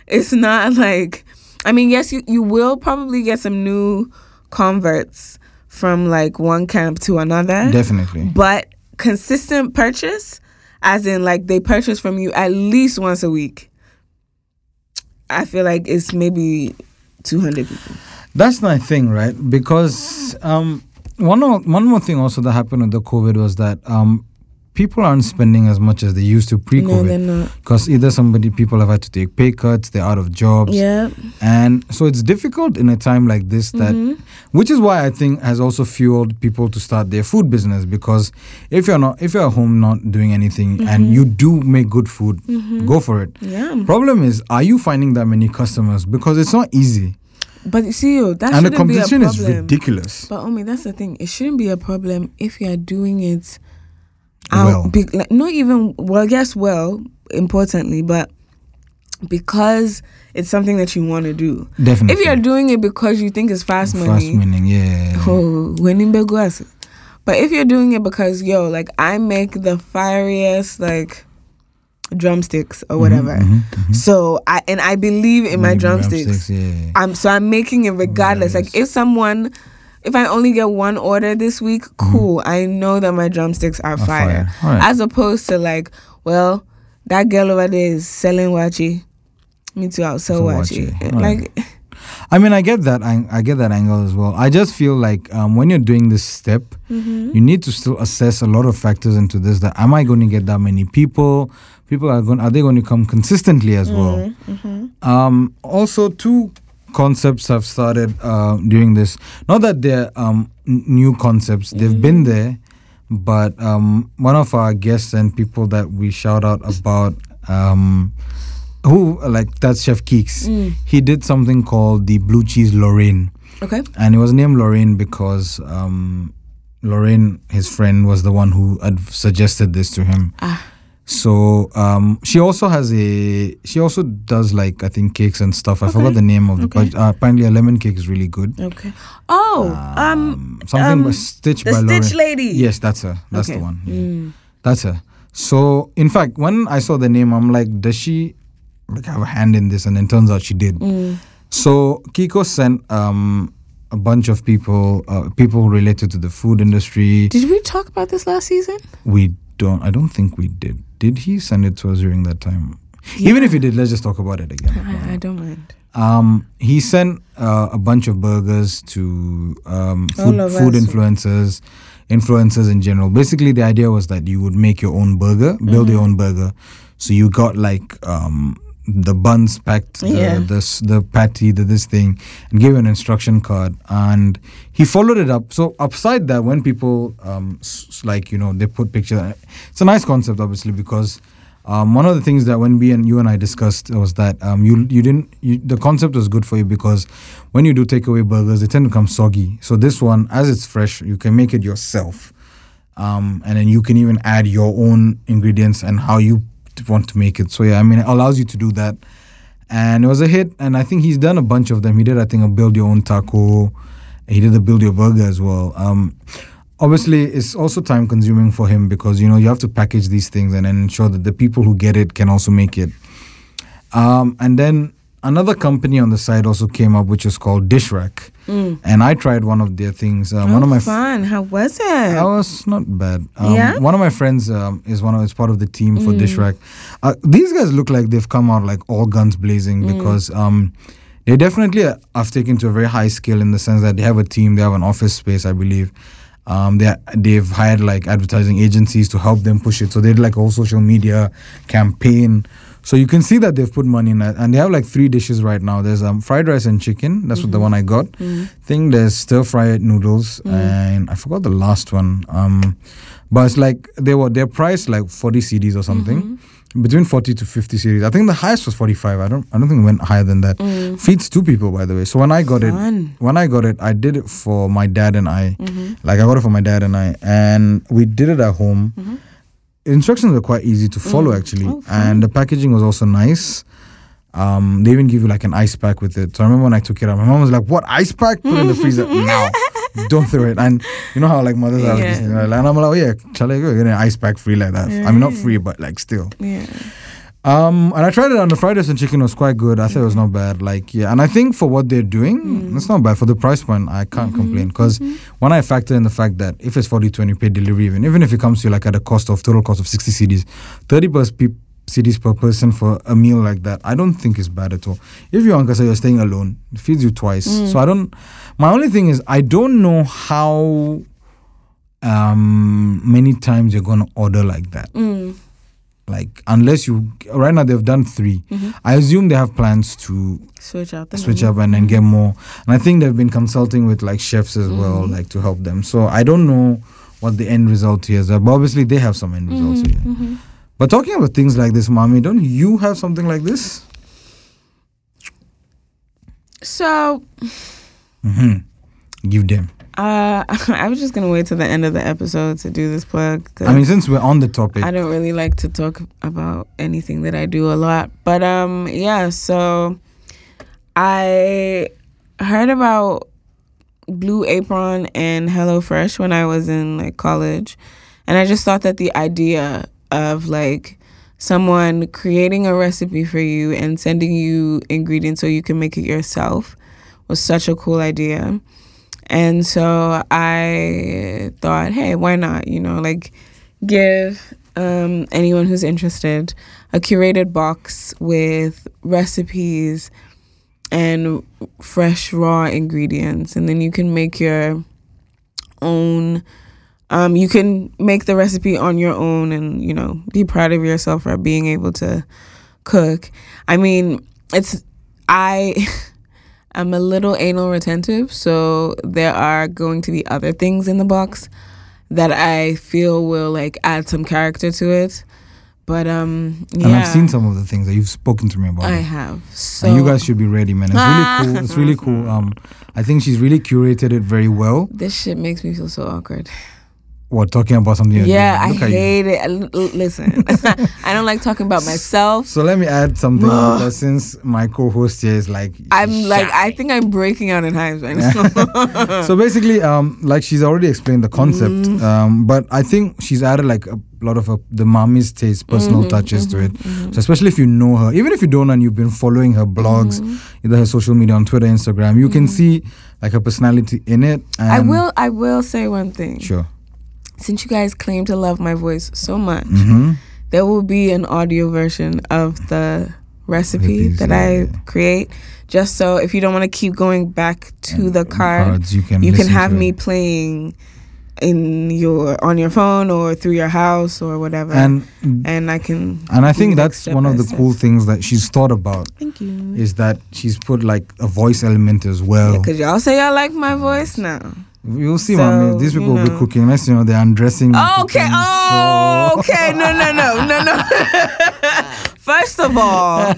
[SPEAKER 2] it's not like i mean yes you, you will probably get some new converts from like one camp to another
[SPEAKER 1] Definitely.
[SPEAKER 2] but consistent purchase as in like they purchase from you at least once a week i feel like it's maybe 200 people
[SPEAKER 1] That's my thing, right? Because um, one o- one more thing also that happened with the COVID was that um, people aren't spending as much as they used to
[SPEAKER 2] no they're
[SPEAKER 1] pre-COVID.
[SPEAKER 2] not
[SPEAKER 1] Because either somebody people have had to take pay cuts, they're out of jobs,
[SPEAKER 2] yeah
[SPEAKER 1] and so it's difficult in a time like this that
[SPEAKER 2] Mm-hmm.
[SPEAKER 1] which is why i think has also fueled people to start their food business because if you're not if you're at home not doing anything
[SPEAKER 2] Mm-hmm.
[SPEAKER 1] and you do make good food go for it
[SPEAKER 2] yeah
[SPEAKER 1] problem is are you finding that many customers because it's not easy
[SPEAKER 2] but you see yo, that
[SPEAKER 1] and the
[SPEAKER 2] shouldn't be a
[SPEAKER 1] competition
[SPEAKER 2] problem
[SPEAKER 1] is ridiculous
[SPEAKER 2] But Omi, that's the thing. It shouldn't be a problem if you are doing it out
[SPEAKER 1] Well.
[SPEAKER 2] be, like, not even well, yes, well, importantly, but because it's something that you want to do.
[SPEAKER 1] definitely
[SPEAKER 2] If you're doing it because you think it's fast money,
[SPEAKER 1] Mm-hmm. fast meaning yeah
[SPEAKER 2] oh, winning big was. But if you're doing it because yo, like I make the fieriest like drumsticks or whatever.
[SPEAKER 1] Mhm, mhm.
[SPEAKER 2] So I and I believe in my
[SPEAKER 1] Maybe
[SPEAKER 2] mm-hmm, drumsticks.
[SPEAKER 1] yeah
[SPEAKER 2] I'm so I'm making it regardless. Like if someone, if I only get one order this week, cool. I know that my drumsticks Mm-hmm. are
[SPEAKER 1] Are
[SPEAKER 2] fire.
[SPEAKER 1] fire. Alright.
[SPEAKER 2] As opposed to like, well, that girl over there is selling wachi. Me too, I'll sell
[SPEAKER 1] So
[SPEAKER 2] wachi.
[SPEAKER 1] wachi.
[SPEAKER 2] And,
[SPEAKER 1] Alright.
[SPEAKER 2] Like
[SPEAKER 1] I mean, I get that. I, I get that angle as well. I just feel like um, when you're doing this step, you need to still assess a lot of factors into this. That am I going to get that many people? People are going. Are they going to come consistently as well? Um, also, two concepts have started uh, during this. Not that they're um, n- new concepts. They've been there, but um, one of our guests and people that we shout out about. Um, who uh, like that's Chef Keeks.
[SPEAKER 2] Mm.
[SPEAKER 1] He did something called the blue cheese Lorraine,
[SPEAKER 2] okay.
[SPEAKER 1] and it was named Lorraine because um, Lorraine, his friend, was the one who had suggested this to him.
[SPEAKER 2] Ah.
[SPEAKER 1] So um, she also has a she also does like I think cakes and stuff. I forgot
[SPEAKER 2] Okay.
[SPEAKER 1] the name of the
[SPEAKER 2] Okay.
[SPEAKER 1] but uh, apparently a lemon cake is really good.
[SPEAKER 2] Okay. Oh, um,
[SPEAKER 1] something
[SPEAKER 2] um,
[SPEAKER 1] by Stitch
[SPEAKER 2] the
[SPEAKER 1] by Lorraine.
[SPEAKER 2] Stitch Lady.
[SPEAKER 1] Yes, that's her. That's
[SPEAKER 2] Okay. Mm.
[SPEAKER 1] the one. Yeah. That's her. So, in fact, when I saw the name, I'm like, does she like have a hand in this? And then turns out she did.
[SPEAKER 2] Mm.
[SPEAKER 1] So Kiko sent um, a bunch of people, uh, people related to the food industry.
[SPEAKER 2] Did we talk about this last season?
[SPEAKER 1] We don't. I don't think we did. Did he send it to us during that time? Even if he did, let's just talk about it again.
[SPEAKER 2] I, I don't mind.
[SPEAKER 1] Um, he sent uh, a bunch of burgers to um, food,
[SPEAKER 2] All of
[SPEAKER 1] food
[SPEAKER 2] us.
[SPEAKER 1] influencers, influencers in general. Basically, the idea was that you would make your own burger, build
[SPEAKER 2] Mm-hmm.
[SPEAKER 1] your own burger. So you got like um, the buns packed, the,
[SPEAKER 2] Yeah.
[SPEAKER 1] the s- the patty, the this thing, and gave an instruction card. And he followed it up. So upside that, when people um, s- s- like you know they put pictures, it's a nice concept, obviously, because Um, one of the things that when we and you and I discussed was that um, you you didn't you, the concept was good for you because when you do takeaway burgers they tend to come soggy. So this one, as it's fresh, you can make it yourself, um, and then you can even add your own ingredients and how you t- want to make it. So yeah, I mean it allows you to do that, and it was a hit. And I think he's done a bunch of them. He did I think a build your own taco, he did a build your burger as well. Um, obviously it's also time consuming for him because you know you have to package these things and then ensure that the people who get it can also make it um, and then another company on the side also came up which is called dish rack and i tried one of their things um,
[SPEAKER 2] Oh,
[SPEAKER 1] one of my f-
[SPEAKER 2] fun. How was it?
[SPEAKER 1] that was not bad. Um,
[SPEAKER 2] Yeah?
[SPEAKER 1] One of my friends um, is one of is part of the team for Dish Rack. Uh, these guys look like they've come out like all guns blazing because um, they definitely uh, have taken to a very high scale in the sense that they have a team, they have an office space, I believe. Um, they they've hired like advertising agencies to help them push it. So they did like a whole social media campaign. So you can see that they've put money in it, and they have like three dishes right now. There's um, fried rice and chicken. That's what the one I got. Think there's stir fried noodles, and I forgot the last one. Um, but it's like they were they're priced like 40 CDs or something,
[SPEAKER 2] Mm-hmm.
[SPEAKER 1] between 40 to 50 CDs. I think the highest was 45. I don't I don't think it went higher than that. Feeds two people, by the way. So when I got it,
[SPEAKER 2] Mm. Fun. Mm-hmm.
[SPEAKER 1] when I got it, I did it for my dad and I. Like I got it for my dad and I, and we did it at home. Instructions were quite easy to follow actually,
[SPEAKER 2] Mm-hmm. Oh, fun.
[SPEAKER 1] and the packaging was also nice. Um, they even give you like an ice pack with it. So I remember when I took it out, my mom was like, "What ice pack? Put it in the freezer now. Don't throw it." And you know how like mothers are like, this thing,
[SPEAKER 2] Yeah.
[SPEAKER 1] right? and I'm like, "Oh yeah, chale, go get an ice pack free like that." I mean, not free, but like still.
[SPEAKER 2] Yeah.
[SPEAKER 1] Um, and I tried it on the fried rice and chicken was quite good. I thought it was not bad. Like yeah, and I think for what they're doing, it's not bad for the price point. I can't complain because when I factor in the fact that if it's 40 20 paid delivery, even even if it comes to like at a cost of total cost of 60 CDs, 30 per pe- CDs per person for a meal like that, I don't think it's bad at all. If you're on Kasa, you're staying alone. It feeds you twice. So I don't. My only thing is I don't know how um many times you're gonna order like that
[SPEAKER 2] Mm.
[SPEAKER 1] like unless you right now they've done 3
[SPEAKER 2] Mm-hmm.
[SPEAKER 1] i assume they have plans to
[SPEAKER 2] Switch out the
[SPEAKER 1] switch
[SPEAKER 2] menu.
[SPEAKER 1] up and then get more and i think they've been consulting with like chefs as well
[SPEAKER 2] Mm-hmm.
[SPEAKER 1] like to help them so i don't know what the end result here is but obviously they have some end
[SPEAKER 2] Mm-hmm.
[SPEAKER 1] results here but talking about things like this mommy don't you have something like this
[SPEAKER 2] So
[SPEAKER 1] give them
[SPEAKER 2] uh, I was just gonna wait till the end of the episode to do this plug. 'cause
[SPEAKER 1] i mean since we're on the topic
[SPEAKER 2] I don't really like to talk about anything that I do a lot. But um yeah, so I heard about Blue Apron and HelloFresh when I was in like college. And I just thought that the idea of like someone creating a recipe for you and sending you ingredients so you can make it yourself was such a cool idea. And so I thought, hey, why not? You know, like give um, anyone who's interested a curated box with recipes and fresh raw ingredients and then you can make your own um, you can make the recipe on your own and you know be proud of yourself for being able to cook i mean it's i i'm a little anal retentive so there are going to be other things in the box that i feel will like add some character to it but um yeah
[SPEAKER 1] and i've seen some of the things that you've spoken to me about
[SPEAKER 2] i have so
[SPEAKER 1] and you guys should be ready man it's really cool it's really cool um i think she's really curated it very well
[SPEAKER 2] This shit makes me feel so awkward.
[SPEAKER 1] what talking about something you're
[SPEAKER 2] Yeah,
[SPEAKER 1] doing.
[SPEAKER 2] I
[SPEAKER 1] Look at you.
[SPEAKER 2] hate it. L- l- listen, I don't like talking about myself.
[SPEAKER 1] So let me add something because since my co-host here is like
[SPEAKER 2] I'm like,
[SPEAKER 1] shy.
[SPEAKER 2] I think I'm breaking out in hives right now.
[SPEAKER 1] so basically, um, like she's already explained the concept,
[SPEAKER 2] Mm.
[SPEAKER 1] um, but I think she's added like a lot of uh the mommy's taste, personal
[SPEAKER 2] Mm-hmm.
[SPEAKER 1] touches to it. So especially if you know her, even if you don't and you've been following her blogs,
[SPEAKER 2] Mm-hmm.
[SPEAKER 1] either her social media on Twitter, Instagram, you can see like her personality in it. And
[SPEAKER 2] I will. I will say one thing.
[SPEAKER 1] Um, Sure.
[SPEAKER 2] Since you guys claim to love my voice so much,
[SPEAKER 1] hmm
[SPEAKER 2] there will be an audio version of the recipe
[SPEAKER 1] Recipes,
[SPEAKER 2] that
[SPEAKER 1] yeah,
[SPEAKER 2] I
[SPEAKER 1] yeah.
[SPEAKER 2] create. Just so if you don't want to keep going back to the card,
[SPEAKER 1] Cards, you can
[SPEAKER 2] you can
[SPEAKER 1] listen
[SPEAKER 2] have
[SPEAKER 1] to
[SPEAKER 2] me
[SPEAKER 1] it.
[SPEAKER 2] playing in your on your phone or through your house or whatever.
[SPEAKER 1] and
[SPEAKER 2] and I can.
[SPEAKER 1] And I
[SPEAKER 2] do
[SPEAKER 1] think
[SPEAKER 2] the
[SPEAKER 1] that's
[SPEAKER 2] step
[SPEAKER 1] one of
[SPEAKER 2] by
[SPEAKER 1] the
[SPEAKER 2] step.
[SPEAKER 1] cool things that she's thought about
[SPEAKER 2] Thank you.
[SPEAKER 1] is that she's put like a voice element as well.
[SPEAKER 2] Because y'all say y'all like my voice now.
[SPEAKER 1] You'll see,
[SPEAKER 2] So,
[SPEAKER 1] mommy. These
[SPEAKER 2] you
[SPEAKER 1] people will be
[SPEAKER 2] know.
[SPEAKER 1] cooking. Next, thing you know, they're undressing. and
[SPEAKER 2] Okay.
[SPEAKER 1] cooking,
[SPEAKER 2] Oh,
[SPEAKER 1] so-
[SPEAKER 2] okay. No, no, no, no, no. First of all,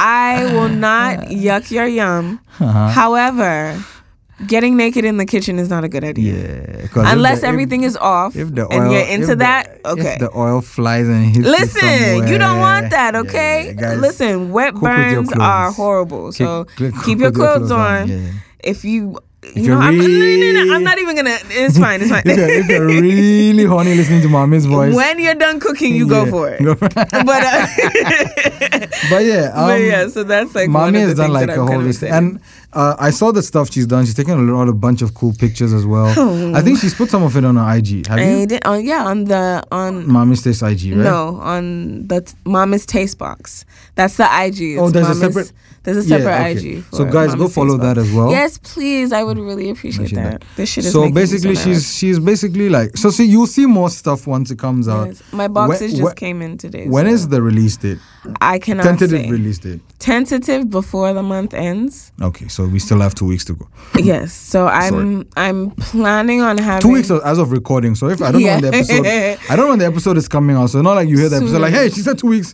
[SPEAKER 2] I will not yuck your yum.
[SPEAKER 1] Uh-huh.
[SPEAKER 2] However, getting naked in the kitchen is not a good idea.
[SPEAKER 1] yeah. 'cause if
[SPEAKER 2] Unless
[SPEAKER 1] the- if-
[SPEAKER 2] everything is off
[SPEAKER 1] If the oil,
[SPEAKER 2] and you're
[SPEAKER 1] if
[SPEAKER 2] into
[SPEAKER 1] the-
[SPEAKER 2] that, okay.
[SPEAKER 1] If the oil flies and hits you
[SPEAKER 2] Listen, you don't want that,
[SPEAKER 1] somewhere,
[SPEAKER 2] okay?
[SPEAKER 1] yeah, guys,
[SPEAKER 2] Listen, wet
[SPEAKER 1] cook with your
[SPEAKER 2] burns are
[SPEAKER 1] clothes.
[SPEAKER 2] horrible.
[SPEAKER 1] keep-
[SPEAKER 2] so
[SPEAKER 1] keep- put
[SPEAKER 2] keep your clothes on.
[SPEAKER 1] Yeah, yeah.
[SPEAKER 2] if you, you
[SPEAKER 1] you're
[SPEAKER 2] know, I'm, no, no, no, no,
[SPEAKER 1] really-
[SPEAKER 2] I'm not even gonna. It's fine. It's
[SPEAKER 1] if, you're, if you're
[SPEAKER 2] fine.
[SPEAKER 1] really horny listening to mommy's voice,
[SPEAKER 2] when you're done cooking, you go
[SPEAKER 1] yeah,
[SPEAKER 2] for it.
[SPEAKER 1] go for
[SPEAKER 2] but, uh,
[SPEAKER 1] but yeah, um,
[SPEAKER 2] but yeah, so that's like one
[SPEAKER 1] mommy
[SPEAKER 2] of
[SPEAKER 1] has
[SPEAKER 2] the
[SPEAKER 1] done
[SPEAKER 2] things
[SPEAKER 1] like
[SPEAKER 2] that
[SPEAKER 1] a
[SPEAKER 2] I'm
[SPEAKER 1] whole
[SPEAKER 2] kind of
[SPEAKER 1] list,
[SPEAKER 2] excited.
[SPEAKER 1] and uh, I saw the stuff she's done. She's taken a lot, a bunch of cool pictures as well. I think she's put some of it on her IG. Have
[SPEAKER 2] Oh. I
[SPEAKER 1] you?
[SPEAKER 2] did, on oh, yeah on the on
[SPEAKER 1] Mommy's Taste IG, right?
[SPEAKER 2] no on the t- Mama's Taste Box. That's the IG.
[SPEAKER 1] Oh,
[SPEAKER 2] It's
[SPEAKER 1] there's a
[SPEAKER 2] Mama's-
[SPEAKER 1] separate-
[SPEAKER 2] There's a
[SPEAKER 1] Yeah,
[SPEAKER 2] separate
[SPEAKER 1] okay.
[SPEAKER 2] IG.
[SPEAKER 1] So
[SPEAKER 2] for
[SPEAKER 1] guys, go
[SPEAKER 2] Mama's Taste
[SPEAKER 1] follow
[SPEAKER 2] Box.
[SPEAKER 1] that as well.
[SPEAKER 2] Yes, please. I would really appreciate
[SPEAKER 1] Appreciate
[SPEAKER 2] that. This shit is
[SPEAKER 1] So
[SPEAKER 2] making me
[SPEAKER 1] basically,
[SPEAKER 2] mad.
[SPEAKER 1] she's she's basically like so. See, you'll see more stuff once it comes out.
[SPEAKER 2] Yes. My boxes
[SPEAKER 1] When-
[SPEAKER 2] just
[SPEAKER 1] when-
[SPEAKER 2] came in today.
[SPEAKER 1] uh, When
[SPEAKER 2] so
[SPEAKER 1] is the release date?
[SPEAKER 2] I cannot
[SPEAKER 1] Tentative
[SPEAKER 2] say.
[SPEAKER 1] release date.
[SPEAKER 2] tentative before the month ends.
[SPEAKER 1] Okay, so we still have two weeks to go.
[SPEAKER 2] yes. So I'm
[SPEAKER 1] Sorry.
[SPEAKER 2] I'm planning on having
[SPEAKER 1] Two weeks as of recording. So if I don't know when the
[SPEAKER 2] Yeah.
[SPEAKER 1] episode, I don't know when the episode is coming out. So not like you hear the episode like, hey, she said two weeks.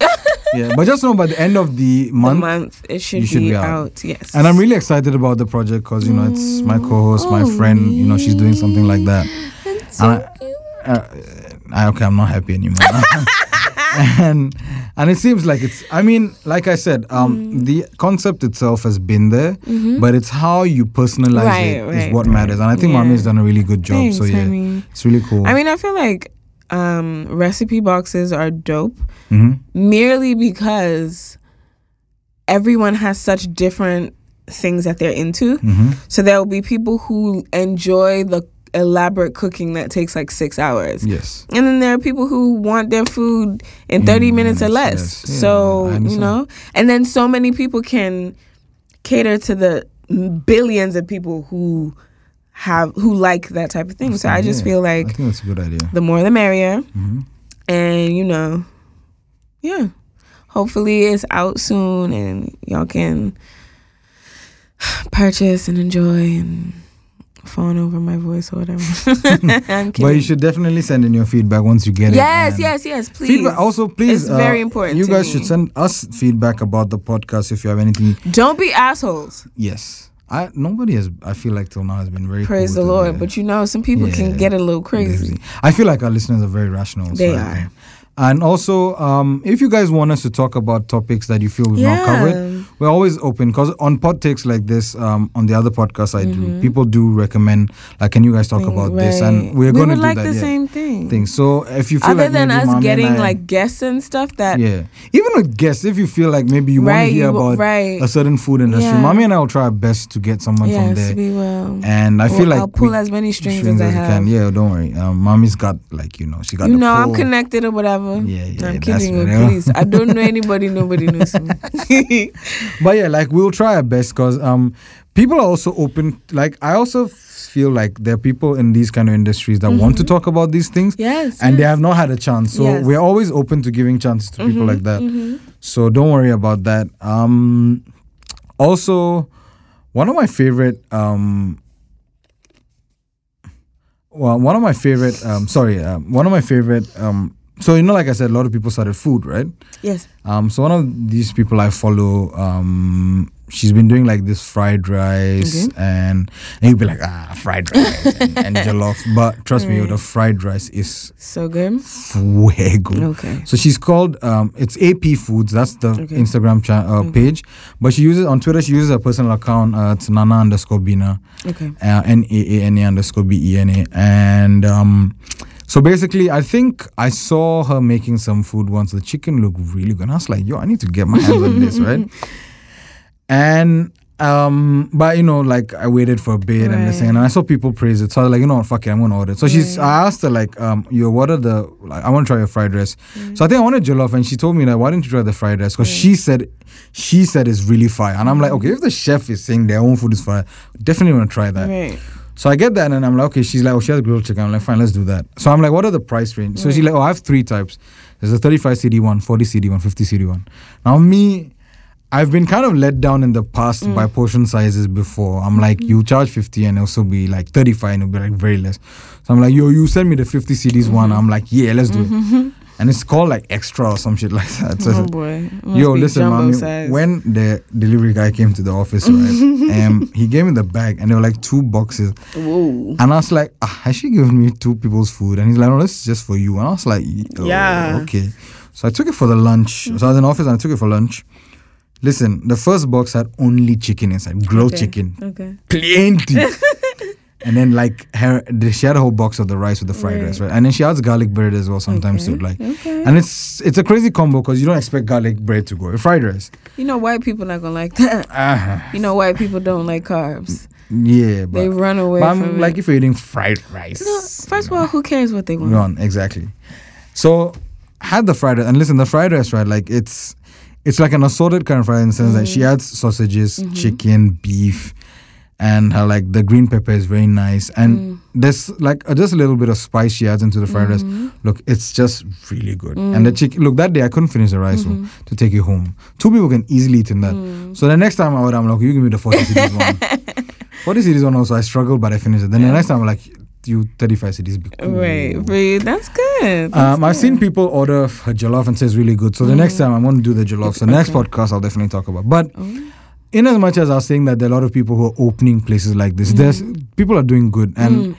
[SPEAKER 1] yeah, but just know by the end of the
[SPEAKER 2] the
[SPEAKER 1] month.
[SPEAKER 2] month it should,
[SPEAKER 1] you should
[SPEAKER 2] be,
[SPEAKER 1] be out.
[SPEAKER 2] out. Yes.
[SPEAKER 1] And I'm really excited about the project because you know it's my co-host, my friend. You know she's doing something like that.
[SPEAKER 2] Oh, That's
[SPEAKER 1] And
[SPEAKER 2] so cute.
[SPEAKER 1] I, uh, I, okay, I'm not happy anymore. and and it seems like it's. I mean, like I said, um,
[SPEAKER 2] Mm-hmm.
[SPEAKER 1] the concept itself has been there, but it's how you personalize it is
[SPEAKER 2] Right, right,
[SPEAKER 1] what
[SPEAKER 2] right.
[SPEAKER 1] matters. And I think
[SPEAKER 2] Yeah.
[SPEAKER 1] Mami has done a really good job. so
[SPEAKER 2] Thanks,
[SPEAKER 1] yeah,
[SPEAKER 2] honey.
[SPEAKER 1] it's really cool.
[SPEAKER 2] I mean, I feel like um, recipe boxes are dope
[SPEAKER 1] hmm
[SPEAKER 2] merely because everyone has such different things that they're into.
[SPEAKER 1] hmm
[SPEAKER 2] So there will be people who enjoy the elaborate cooking that takes like six hours.
[SPEAKER 1] Yes.
[SPEAKER 2] And then there are people who want their food in 30
[SPEAKER 1] In
[SPEAKER 2] minutes, or
[SPEAKER 1] minutes,
[SPEAKER 2] less.
[SPEAKER 1] Mm, yes. Yeah, I
[SPEAKER 2] so, you
[SPEAKER 1] understand.
[SPEAKER 2] know, and then so many people can cater to the billions of people who have who like that type of thing. So I just
[SPEAKER 1] Yeah,
[SPEAKER 2] feel
[SPEAKER 1] I
[SPEAKER 2] like
[SPEAKER 1] think that's a good idea.
[SPEAKER 2] the more the merrier.
[SPEAKER 1] Mhm.
[SPEAKER 2] And, you know, yeah. Hopefully it's out soon and y'all can purchase and enjoy and fawn over my voice or whatever. I'm
[SPEAKER 1] But you
[SPEAKER 2] kidding.
[SPEAKER 1] should definitely send in your feedback once you get
[SPEAKER 2] Yes,
[SPEAKER 1] it. and-
[SPEAKER 2] yes, yes, please.
[SPEAKER 1] Feedback. Also, please. uh,
[SPEAKER 2] It's very important
[SPEAKER 1] You
[SPEAKER 2] to
[SPEAKER 1] guys
[SPEAKER 2] me.
[SPEAKER 1] should send us feedback about the podcast if you have anything.
[SPEAKER 2] Don't be assholes.
[SPEAKER 1] Yes. I nobody has. I feel like till now has been very.
[SPEAKER 2] Praise
[SPEAKER 1] cool
[SPEAKER 2] the
[SPEAKER 1] to
[SPEAKER 2] Lord.
[SPEAKER 1] me.
[SPEAKER 2] But you know, some people
[SPEAKER 1] Yeah.
[SPEAKER 2] can get a little crazy.
[SPEAKER 1] I feel like our listeners are very rational. so
[SPEAKER 2] They
[SPEAKER 1] I-
[SPEAKER 2] are.
[SPEAKER 1] And also, um, if you guys want us to talk about topics that you feel we've not
[SPEAKER 2] Yeah.
[SPEAKER 1] covered, we're always open because on pod takes like this, um, on the other podcasts I do, people do recommend like, can you guys talk about this?
[SPEAKER 2] Mm-hmm. Right.
[SPEAKER 1] And we're
[SPEAKER 2] we
[SPEAKER 1] going to
[SPEAKER 2] would
[SPEAKER 1] do
[SPEAKER 2] like
[SPEAKER 1] that.
[SPEAKER 2] the
[SPEAKER 1] yeah.
[SPEAKER 2] same thing.
[SPEAKER 1] thing. So if you feel
[SPEAKER 2] Other
[SPEAKER 1] like
[SPEAKER 2] than
[SPEAKER 1] maybe Mami
[SPEAKER 2] us
[SPEAKER 1] and
[SPEAKER 2] getting
[SPEAKER 1] I-
[SPEAKER 2] like guests and stuff that
[SPEAKER 1] yeah, even with guests, if you feel like maybe you want
[SPEAKER 2] Right,
[SPEAKER 1] to hear
[SPEAKER 2] you w-
[SPEAKER 1] about
[SPEAKER 2] right.
[SPEAKER 1] a certain food industry,
[SPEAKER 2] Yeah.
[SPEAKER 1] mommy and I will try our best to get someone from
[SPEAKER 2] yes,
[SPEAKER 1] there.
[SPEAKER 2] we will.
[SPEAKER 1] And I feel like
[SPEAKER 2] I'll pull
[SPEAKER 1] we-
[SPEAKER 2] as many strings,
[SPEAKER 1] strings
[SPEAKER 2] as I
[SPEAKER 1] we
[SPEAKER 2] have.
[SPEAKER 1] can. Yeah, don't worry. Um, mommy's got like you know she got
[SPEAKER 2] you
[SPEAKER 1] the
[SPEAKER 2] know, I'm
[SPEAKER 1] pull.
[SPEAKER 2] connected or whatever.
[SPEAKER 1] Yeah, yeah,
[SPEAKER 2] I'm
[SPEAKER 1] that's
[SPEAKER 2] kidding you,
[SPEAKER 1] whatever.
[SPEAKER 2] please. I don't know anybody. Nobody knows me.
[SPEAKER 1] But yeah, like we'll try our best because um, people are also open. Like I also f- feel like there are people in these kind of industries that want to
[SPEAKER 2] Mm-hmm.
[SPEAKER 1] talk about these things.
[SPEAKER 2] yes.
[SPEAKER 1] And they have not had a chance. So
[SPEAKER 2] Yes. Mm-hmm.
[SPEAKER 1] we're always open to giving chances to people like that. So don't worry about that. Um, also, one of my favorite, um, well, one of my favorite, um, sorry, um, one of my favorite, um, so you know, like I said, a lot of people started food, right?
[SPEAKER 2] yes.
[SPEAKER 1] Um, so one of these people I follow, um, she's been doing like this fried rice, and, and you'd be like, ah, fried rice and, and jollof. But trust me, yo, the fried rice is
[SPEAKER 2] So good.
[SPEAKER 1] fuego.
[SPEAKER 2] Okay.
[SPEAKER 1] So she's called um, it's AP Foods. That's the
[SPEAKER 2] Okay.
[SPEAKER 1] Instagram cha- uh, page. But she uses on Twitter. She uses her personal account. Uh, it's Nana underscore Bina,
[SPEAKER 2] Okay.
[SPEAKER 1] uh, N A A N A underscore B E N A. And um, so basically, I think I saw her making some food once. The chicken looked really good. And I was like, yo, I need to get my hands on this, right? And um, but you know, like I waited for a bit and this
[SPEAKER 2] Right.
[SPEAKER 1] thing, and I saw people praise it. So I was like, you know what, fuck it, I'm gonna order it. So she's I asked her, like, um, yo, what are the like I wanna try your fried rice. So I think I wanted jollof and she told me like why didn't you try the fried rice? Because she said she said it's really fire. And I'm like, okay, if the chef is saying their own food is fire, definitely wanna try that.
[SPEAKER 2] Right.
[SPEAKER 1] So I get that and I'm like, okay, she's like, oh, she has grilled chicken. I'm like, fine, let's do that. So I'm like, what are the price range? So she's like, oh, I have three types. There's a 35 CD one, 40 CD one, 50 CD one. Now me, I've been kind of let down in the past by
[SPEAKER 2] Mm.
[SPEAKER 1] portion sizes before. I'm like,
[SPEAKER 2] Mm-hmm.
[SPEAKER 1] you charge 50 and also be like
[SPEAKER 2] Mm-hmm.
[SPEAKER 1] 35 and it'll be like very less. So I'm like, yo, you send me the 50 CDs one. I'm like, yeah, let's do it. and it's called like extra or some shit like that. So
[SPEAKER 2] Oh
[SPEAKER 1] it's-
[SPEAKER 2] boy. It must
[SPEAKER 1] yo,
[SPEAKER 2] be
[SPEAKER 1] listen,
[SPEAKER 2] jumbo
[SPEAKER 1] mommy.
[SPEAKER 2] size.
[SPEAKER 1] When the delivery guy came to the office, right, um, he gave me the bag, and there were like two boxes,
[SPEAKER 2] Whoa.
[SPEAKER 1] and I was like, ah, has she given me two people's food? And he's like, no, this is just for you. And I was like, "Oh,
[SPEAKER 2] Yeah.
[SPEAKER 1] okay. So I took it for the lunch. So I was in office and I took it for lunch. Listen, the first box had only chicken inside, grilled
[SPEAKER 2] Okay.
[SPEAKER 1] chicken,
[SPEAKER 2] Okay.
[SPEAKER 1] plenty. and then like her, the- she had a whole box of the rice with the fried
[SPEAKER 2] Right.
[SPEAKER 1] rice, right? And then she adds garlic bread as well sometimes to
[SPEAKER 2] okay.
[SPEAKER 1] it, like.
[SPEAKER 2] Mm-hmm. Okay.
[SPEAKER 1] And it's it's a crazy combo because you don't expect garlic bread to go with fried rice.
[SPEAKER 2] you know white people not gonna like that.
[SPEAKER 1] Ah,
[SPEAKER 2] You know white people don't like carbs.
[SPEAKER 1] yeah,
[SPEAKER 2] They
[SPEAKER 1] but,
[SPEAKER 2] run away
[SPEAKER 1] but
[SPEAKER 2] from
[SPEAKER 1] I'm
[SPEAKER 2] it.
[SPEAKER 1] like if you're eating fried rice,
[SPEAKER 2] No, first of all, who cares what they want?
[SPEAKER 1] Gone, exactly. So had the fried rice and listen, the fried rice, right? Like it's it's like an assorted kind of fried rice in the sense that she adds sausages, chicken, beef, and her like the green pepper is very nice. And there's like uh, just a little bit of spice she adds into the fried
[SPEAKER 2] Mm.
[SPEAKER 1] rice.
[SPEAKER 2] Mm-hmm.
[SPEAKER 1] Look, it's just really good. And the chicken look that day I couldn't finish the rice so- to take it home. Two people can easily eat in that. So the next time I order, I'm like, you give me the 40 cities one. 40 cities one also I struggled, but I finished it. Then the next time I'm like you 35 cities be cool.
[SPEAKER 2] Right. For you, that's good. That's
[SPEAKER 1] Um, I've seen people order f- her jollof and say it's really good. So the
[SPEAKER 2] Mm.
[SPEAKER 1] next time I'm going to do the jollof. So next podcast I'll definitely talk about. But
[SPEAKER 2] Oh.
[SPEAKER 1] in as much as I was saying that there are a lot of people who are opening places like
[SPEAKER 2] Mm.
[SPEAKER 1] this, there's people are doing good, and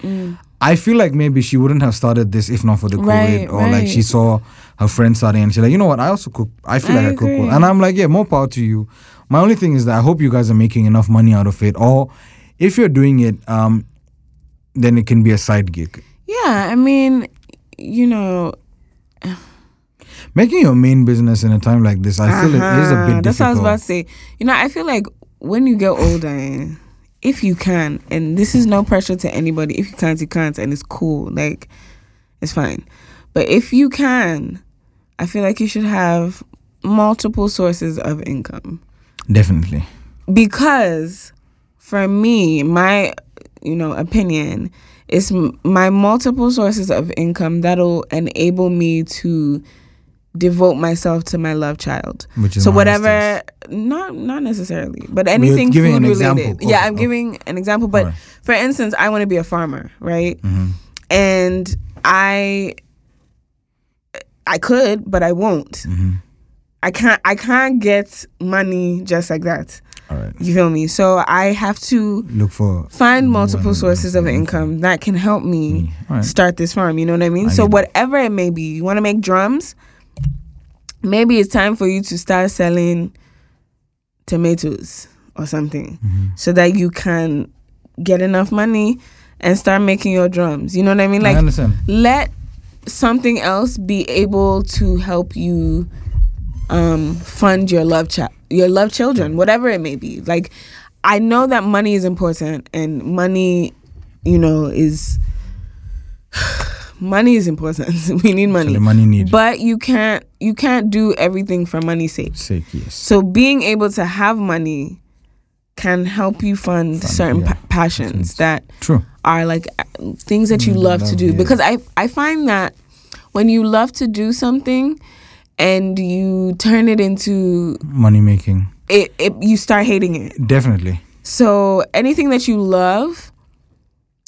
[SPEAKER 1] I feel like maybe she wouldn't have started this if not for the
[SPEAKER 2] Right,
[SPEAKER 1] COVID, or like
[SPEAKER 2] right.
[SPEAKER 1] she saw her friends starting and she's like, you know what, I also cook. I feel
[SPEAKER 2] I
[SPEAKER 1] like I cook well,
[SPEAKER 2] agree.
[SPEAKER 1] and I'm like, yeah, more power to you. My only thing is that I hope you guys are making enough money out of it, or if you're doing it, um, then it can be a side gig.
[SPEAKER 2] Yeah, I mean, you know,
[SPEAKER 1] Making your main business in a time like this, I feel it is a
[SPEAKER 2] uh-huh,
[SPEAKER 1] bit difficult.
[SPEAKER 2] That's what I was about to say. You know, I feel like when you get older, and if you can, and this is no pressure to anybody. If you can't, you can't, and it's cool. Like, it's fine. But if you can, I feel like you should have multiple sources of income.
[SPEAKER 1] Definitely.
[SPEAKER 2] because for me my you know opinion is m- my multiple sources of income that'll enable me to devote myself to my love child
[SPEAKER 1] Which is
[SPEAKER 2] so
[SPEAKER 1] my
[SPEAKER 2] whatever
[SPEAKER 1] husband's.
[SPEAKER 2] not not necessarily but anything
[SPEAKER 1] giving
[SPEAKER 2] food
[SPEAKER 1] an
[SPEAKER 2] related
[SPEAKER 1] example.
[SPEAKER 2] yeah
[SPEAKER 1] Okay,
[SPEAKER 2] i'm
[SPEAKER 1] okay.
[SPEAKER 2] giving an example but
[SPEAKER 1] Alright.
[SPEAKER 2] for instance i want to be a farmer right
[SPEAKER 1] Mm-hmm.
[SPEAKER 2] and i i could but i won't
[SPEAKER 1] Mm-hmm.
[SPEAKER 2] i can't i can't get money just like that
[SPEAKER 1] All right.
[SPEAKER 2] you feel me? So I have to
[SPEAKER 1] Look for.
[SPEAKER 2] find multiple sources of income that can help me
[SPEAKER 1] Alright.
[SPEAKER 2] start this farm. You know what I mean?
[SPEAKER 1] I
[SPEAKER 2] so
[SPEAKER 1] get it.
[SPEAKER 2] whatever it may be, you want to make drums. Maybe it's time for you to start selling tomatoes or something,
[SPEAKER 1] Mm-hmm.
[SPEAKER 2] so that you can get enough money and start making your drums. You know what I mean?
[SPEAKER 1] I
[SPEAKER 2] Like
[SPEAKER 1] understand.
[SPEAKER 2] let something else be able to help you um, fund your love child, your love children, whatever it may be. Like, I know that money is important, and money, you know, is money is important. we need money,
[SPEAKER 1] The money needed.
[SPEAKER 2] but you can't you can't do everything for money's sake.
[SPEAKER 1] Sake, yes.
[SPEAKER 2] So being able to have money can help you fund, certain
[SPEAKER 1] yeah.
[SPEAKER 2] pa- passions that
[SPEAKER 1] True.
[SPEAKER 2] are like uh, things that you love to
[SPEAKER 1] love,
[SPEAKER 2] do
[SPEAKER 1] yeah.
[SPEAKER 2] because I I find that when you love to do something and you turn it into
[SPEAKER 1] Money making.
[SPEAKER 2] it, it you start hating it.
[SPEAKER 1] Definitely.
[SPEAKER 2] So anything that you love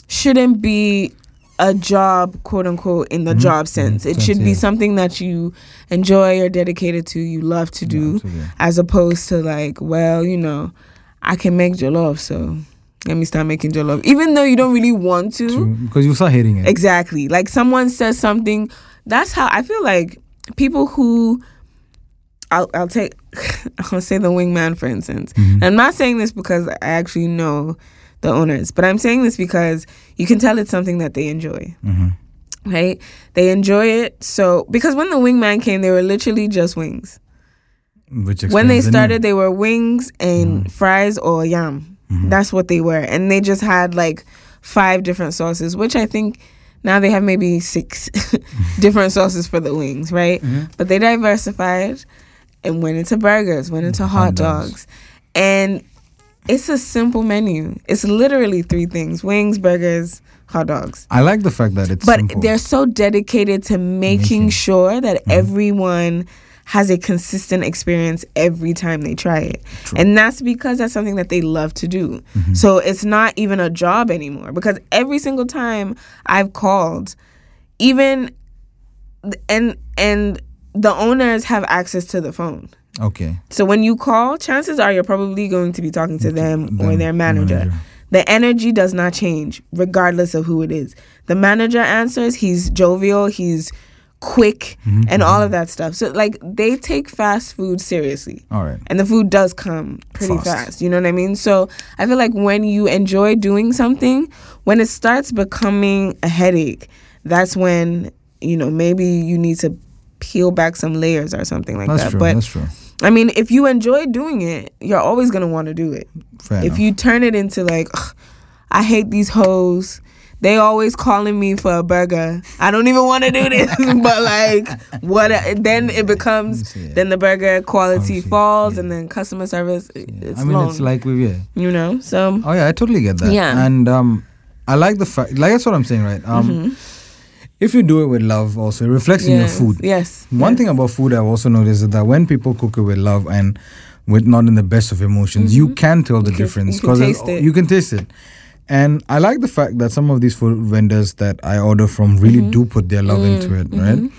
[SPEAKER 2] shouldn't be a job, quote unquote, in the job sense. It
[SPEAKER 1] Sense,
[SPEAKER 2] should be
[SPEAKER 1] yeah.
[SPEAKER 2] something that you enjoy or dedicated to, you love to do,
[SPEAKER 1] absolutely.
[SPEAKER 2] as opposed to like, well, you know, I can make jollof, so let me start making jollof, even though you don't really want to.
[SPEAKER 1] True. Because you start hating it.
[SPEAKER 2] Exactly. Like someone says something. That's how I feel like people who. I'll, I'll take, I'll say the wingman for instance. I'm not saying this because I actually know the owners, but I'm saying this because you can tell it's something that they enjoy,
[SPEAKER 1] Mhm.
[SPEAKER 2] right? They enjoy it. So, because when the wingman came, they were literally just wings.
[SPEAKER 1] Which
[SPEAKER 2] When they
[SPEAKER 1] explains the
[SPEAKER 2] started,
[SPEAKER 1] name.
[SPEAKER 2] they were wings and fries or yam. That's what they were. And they just had like five different sauces, which I think now they have maybe six different sauces for the wings, right? But they diversified and went into burgers, went into hot
[SPEAKER 1] dogs.
[SPEAKER 2] dogs. And it's a simple menu. It's literally three things wings, burgers, hot dogs.
[SPEAKER 1] I like the fact that it's
[SPEAKER 2] But
[SPEAKER 1] simple. Mm-hmm.
[SPEAKER 2] they're so dedicated to making sure that everyone has a consistent experience every time they try it. And that's because that's something that they love to do.
[SPEAKER 1] Mm-hmm.
[SPEAKER 2] So it's not even a job anymore because every single time I've called, even and and the owners have access to the phone.
[SPEAKER 1] Okay.
[SPEAKER 2] So when you call, chances are you're probably going to be talking to them or
[SPEAKER 1] Then
[SPEAKER 2] their manager.
[SPEAKER 1] manager.
[SPEAKER 2] The energy does not change regardless of who it is. The manager answers, he's jovial, he's quick
[SPEAKER 1] Mm-hmm.
[SPEAKER 2] and all of that stuff. So like they take fast food seriously.
[SPEAKER 1] All right.
[SPEAKER 2] And the food does come pretty
[SPEAKER 1] Fast.
[SPEAKER 2] fast. You know what I mean? So I feel like when you enjoy doing something, when it starts becoming a headache, that's when, you know, maybe you need to peel back some layers or something like
[SPEAKER 1] That's
[SPEAKER 2] that.
[SPEAKER 1] true.
[SPEAKER 2] But
[SPEAKER 1] that's true.
[SPEAKER 2] I mean, if you enjoy doing it, you're always gonna want to do it.
[SPEAKER 1] Fair
[SPEAKER 2] if
[SPEAKER 1] enough.
[SPEAKER 2] you turn it into like, "Ugh, I hate these hoes. They always calling me for a burger. I don't even want to do this, but like, what? Then it becomes
[SPEAKER 1] Yeah.
[SPEAKER 2] then the burger quality
[SPEAKER 1] Obviously,
[SPEAKER 2] falls,
[SPEAKER 1] yeah.
[SPEAKER 2] and then customer service. It's
[SPEAKER 1] I mean,
[SPEAKER 2] long,
[SPEAKER 1] it's like we yeah.
[SPEAKER 2] you know. So
[SPEAKER 1] Oh yeah, I totally get that.
[SPEAKER 2] Um, Yeah.
[SPEAKER 1] And um, I like the fact. Like that's what I'm saying, right? Um, if you do it with love, also it reflects in your
[SPEAKER 2] Mm-hmm. yes,
[SPEAKER 1] food.
[SPEAKER 2] Yes.
[SPEAKER 1] One
[SPEAKER 2] yes.
[SPEAKER 1] thing about food I've also noticed is that when people cook it with love and with not in the best of emotions, you can tell the
[SPEAKER 2] can-
[SPEAKER 1] difference
[SPEAKER 2] Mm-hmm. you can
[SPEAKER 1] it-
[SPEAKER 2] taste it.
[SPEAKER 1] you can taste it. And I like the fact that some of these food vendors that I order from really
[SPEAKER 2] Mm-hmm.
[SPEAKER 1] do put their love
[SPEAKER 2] Mm,
[SPEAKER 1] into it, right?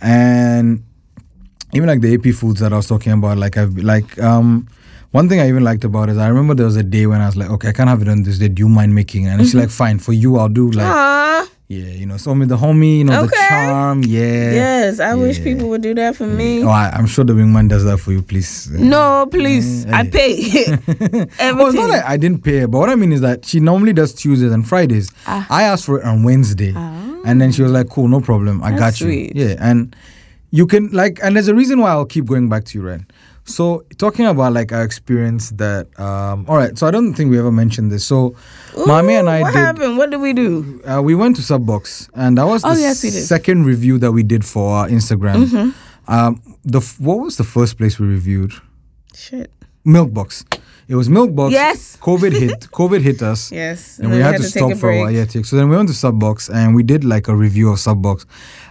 [SPEAKER 1] And even like the AP foods that I was talking about, like I've like um one thing I even liked about is I remember there was a day when I was like, okay, I can't have it on this day. Do you mind making? it? And she's like, fine, for you, I'll do like,
[SPEAKER 2] Mm-hmm. Ah,
[SPEAKER 1] yeah, you know, so me the homie, you know, the
[SPEAKER 2] Okay.
[SPEAKER 1] charm,
[SPEAKER 2] yes. I wish
[SPEAKER 1] yeah.
[SPEAKER 2] people would do that for me.
[SPEAKER 1] Oh, I, I'm sure the wingman does that for you, please.
[SPEAKER 2] No, please. I
[SPEAKER 1] Hey.
[SPEAKER 2] pay.
[SPEAKER 1] Oh, it's
[SPEAKER 2] Mm. Everything.
[SPEAKER 1] not like I didn't pay her, but what I mean is that she normally does Tuesdays and Fridays.
[SPEAKER 2] Ah.
[SPEAKER 1] I asked for it on Wednesday,
[SPEAKER 2] Ah.
[SPEAKER 1] and then she was like, "Cool, no problem, I
[SPEAKER 2] That's
[SPEAKER 1] got you."
[SPEAKER 2] sweet.
[SPEAKER 1] Yeah, and you can like, and there's a reason why I'll keep going back to you, right? So talking about like our experience that, um, all right. So I don't think we ever mentioned this. So, Mami and
[SPEAKER 2] Ooh,
[SPEAKER 1] I
[SPEAKER 2] What
[SPEAKER 1] did.
[SPEAKER 2] happened? What did we do?
[SPEAKER 1] uh, we went to Subbox, and that was
[SPEAKER 2] Oh,
[SPEAKER 1] the
[SPEAKER 2] yes, we did. Mm-hmm.
[SPEAKER 1] second review that we did for our Instagram. Um, the f- what was the first place we reviewed?
[SPEAKER 2] Shit.
[SPEAKER 1] Milkbox. It was Milkbox.
[SPEAKER 2] Yes.
[SPEAKER 1] COVID hit. COVID hit us.
[SPEAKER 2] Yes.
[SPEAKER 1] And we had, to, stop for a while. Yeah, take- so then we went to Subbox and we did like a review of Subbox.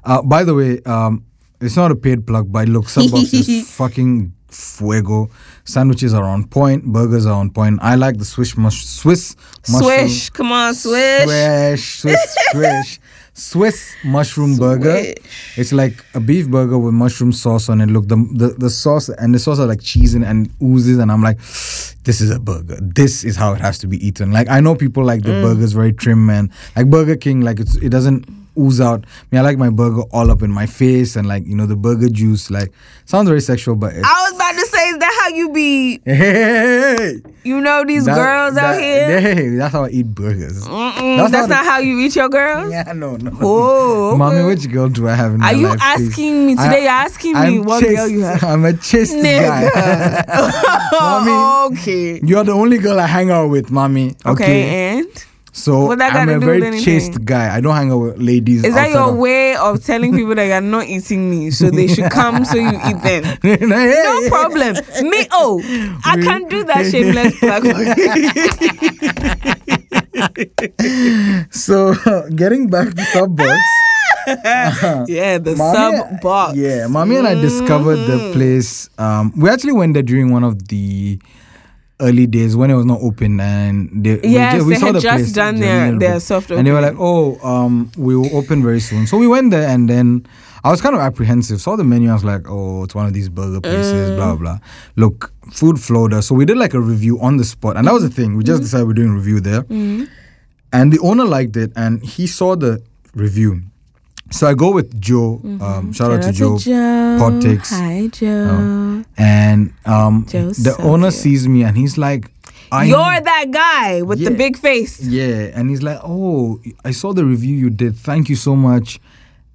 [SPEAKER 1] Uh, by the way, um, it's not a paid plug, but look, Subbox is fucking fuego. Sandwiches are on point. Burgers are on point. I like the Swiss mush- Swiss mushroom.
[SPEAKER 2] Swish. Come on, swish.
[SPEAKER 1] Swish, swish, swish. Swiss mushroom burger. It's like a beef burger with mushroom sauce on it. Look, the, the the sauce and the sauce are like cheese and, and oozes, and I'm like, this is a burger. This is how it has to be eaten. Like I know people like the
[SPEAKER 2] Mm.
[SPEAKER 1] burgers very trim and like Burger King, like it's it doesn't ooze out. I mean, I like my burger all up in my face and like you know the burger juice. Like sounds very sexual, but it's,
[SPEAKER 2] I was about to say, is that how you be?
[SPEAKER 1] hey,
[SPEAKER 2] You know these
[SPEAKER 1] that-
[SPEAKER 2] girls out
[SPEAKER 1] that-
[SPEAKER 2] here. Mm.
[SPEAKER 1] hey, that's how I eat burgers.
[SPEAKER 2] Mm-mm,
[SPEAKER 1] that's
[SPEAKER 2] that's
[SPEAKER 1] how the-
[SPEAKER 2] not how you eat your girls.
[SPEAKER 1] Yeah, no, no.
[SPEAKER 2] Oh, okay.
[SPEAKER 1] Mommy, which girl do I have in my
[SPEAKER 2] Are you
[SPEAKER 1] life? please?
[SPEAKER 2] asking me
[SPEAKER 1] I-
[SPEAKER 2] today? You're asking me
[SPEAKER 1] I'm
[SPEAKER 2] what
[SPEAKER 1] chaste.
[SPEAKER 2] girl you have.
[SPEAKER 1] I'm a chaste guy.
[SPEAKER 2] Nigga.
[SPEAKER 1] Mommy.
[SPEAKER 2] okay.
[SPEAKER 1] You're the only girl I hang out with, mommy. Okay.
[SPEAKER 2] Okay, and
[SPEAKER 1] So
[SPEAKER 2] What that
[SPEAKER 1] I'm
[SPEAKER 2] gotta
[SPEAKER 1] a
[SPEAKER 2] do with
[SPEAKER 1] very
[SPEAKER 2] anything?
[SPEAKER 1] chaste guy. I don't hang out with ladies.
[SPEAKER 2] is that
[SPEAKER 1] outside
[SPEAKER 2] your
[SPEAKER 1] of-
[SPEAKER 2] way of telling people that you're not eating me, so they should come so you eat them?
[SPEAKER 1] Hey,
[SPEAKER 2] No
[SPEAKER 1] hey,
[SPEAKER 2] problem. Me, oh, I
[SPEAKER 1] We-
[SPEAKER 2] can't do that shameless plug.
[SPEAKER 1] So getting back to Subbox.
[SPEAKER 2] yeah, the
[SPEAKER 1] mommy-
[SPEAKER 2] sub box. Mm.
[SPEAKER 1] Yeah, mommy and I discovered the place. Um, we actually went there during one of the early days when it was not open, and they, we
[SPEAKER 2] Yes,
[SPEAKER 1] ju- we
[SPEAKER 2] they
[SPEAKER 1] saw
[SPEAKER 2] had
[SPEAKER 1] the
[SPEAKER 2] just
[SPEAKER 1] place
[SPEAKER 2] done
[SPEAKER 1] during
[SPEAKER 2] their-
[SPEAKER 1] the
[SPEAKER 2] their
[SPEAKER 1] open.
[SPEAKER 2] soft
[SPEAKER 1] and they were like, "Oh, um, we will open very soon." So we went there, and then I was kind of apprehensive. Saw the menu, I was like, "Oh, it's one of these burger places."
[SPEAKER 2] Mm.
[SPEAKER 1] Blah blah. Look, food flowed us, so we did like a review on the spot, and that was the thing. We just
[SPEAKER 2] Mm-hmm.
[SPEAKER 1] decided we're doing a review there.
[SPEAKER 2] Mm.
[SPEAKER 1] And the owner liked it and he saw the review. So I go with Joe.
[SPEAKER 2] Mm-hmm.
[SPEAKER 1] Um, shout, out to Joe. Uh, Pod Takes.
[SPEAKER 2] Hi, Joe.
[SPEAKER 1] Um, and um,
[SPEAKER 2] Joe
[SPEAKER 1] the
[SPEAKER 2] so
[SPEAKER 1] owner
[SPEAKER 2] cute.
[SPEAKER 1] sees me and he's like, I
[SPEAKER 2] You're that guy with the
[SPEAKER 1] Yeah.
[SPEAKER 2] big face.
[SPEAKER 1] Yeah. And he's like, Oh, I saw the review you did. Thank you so much.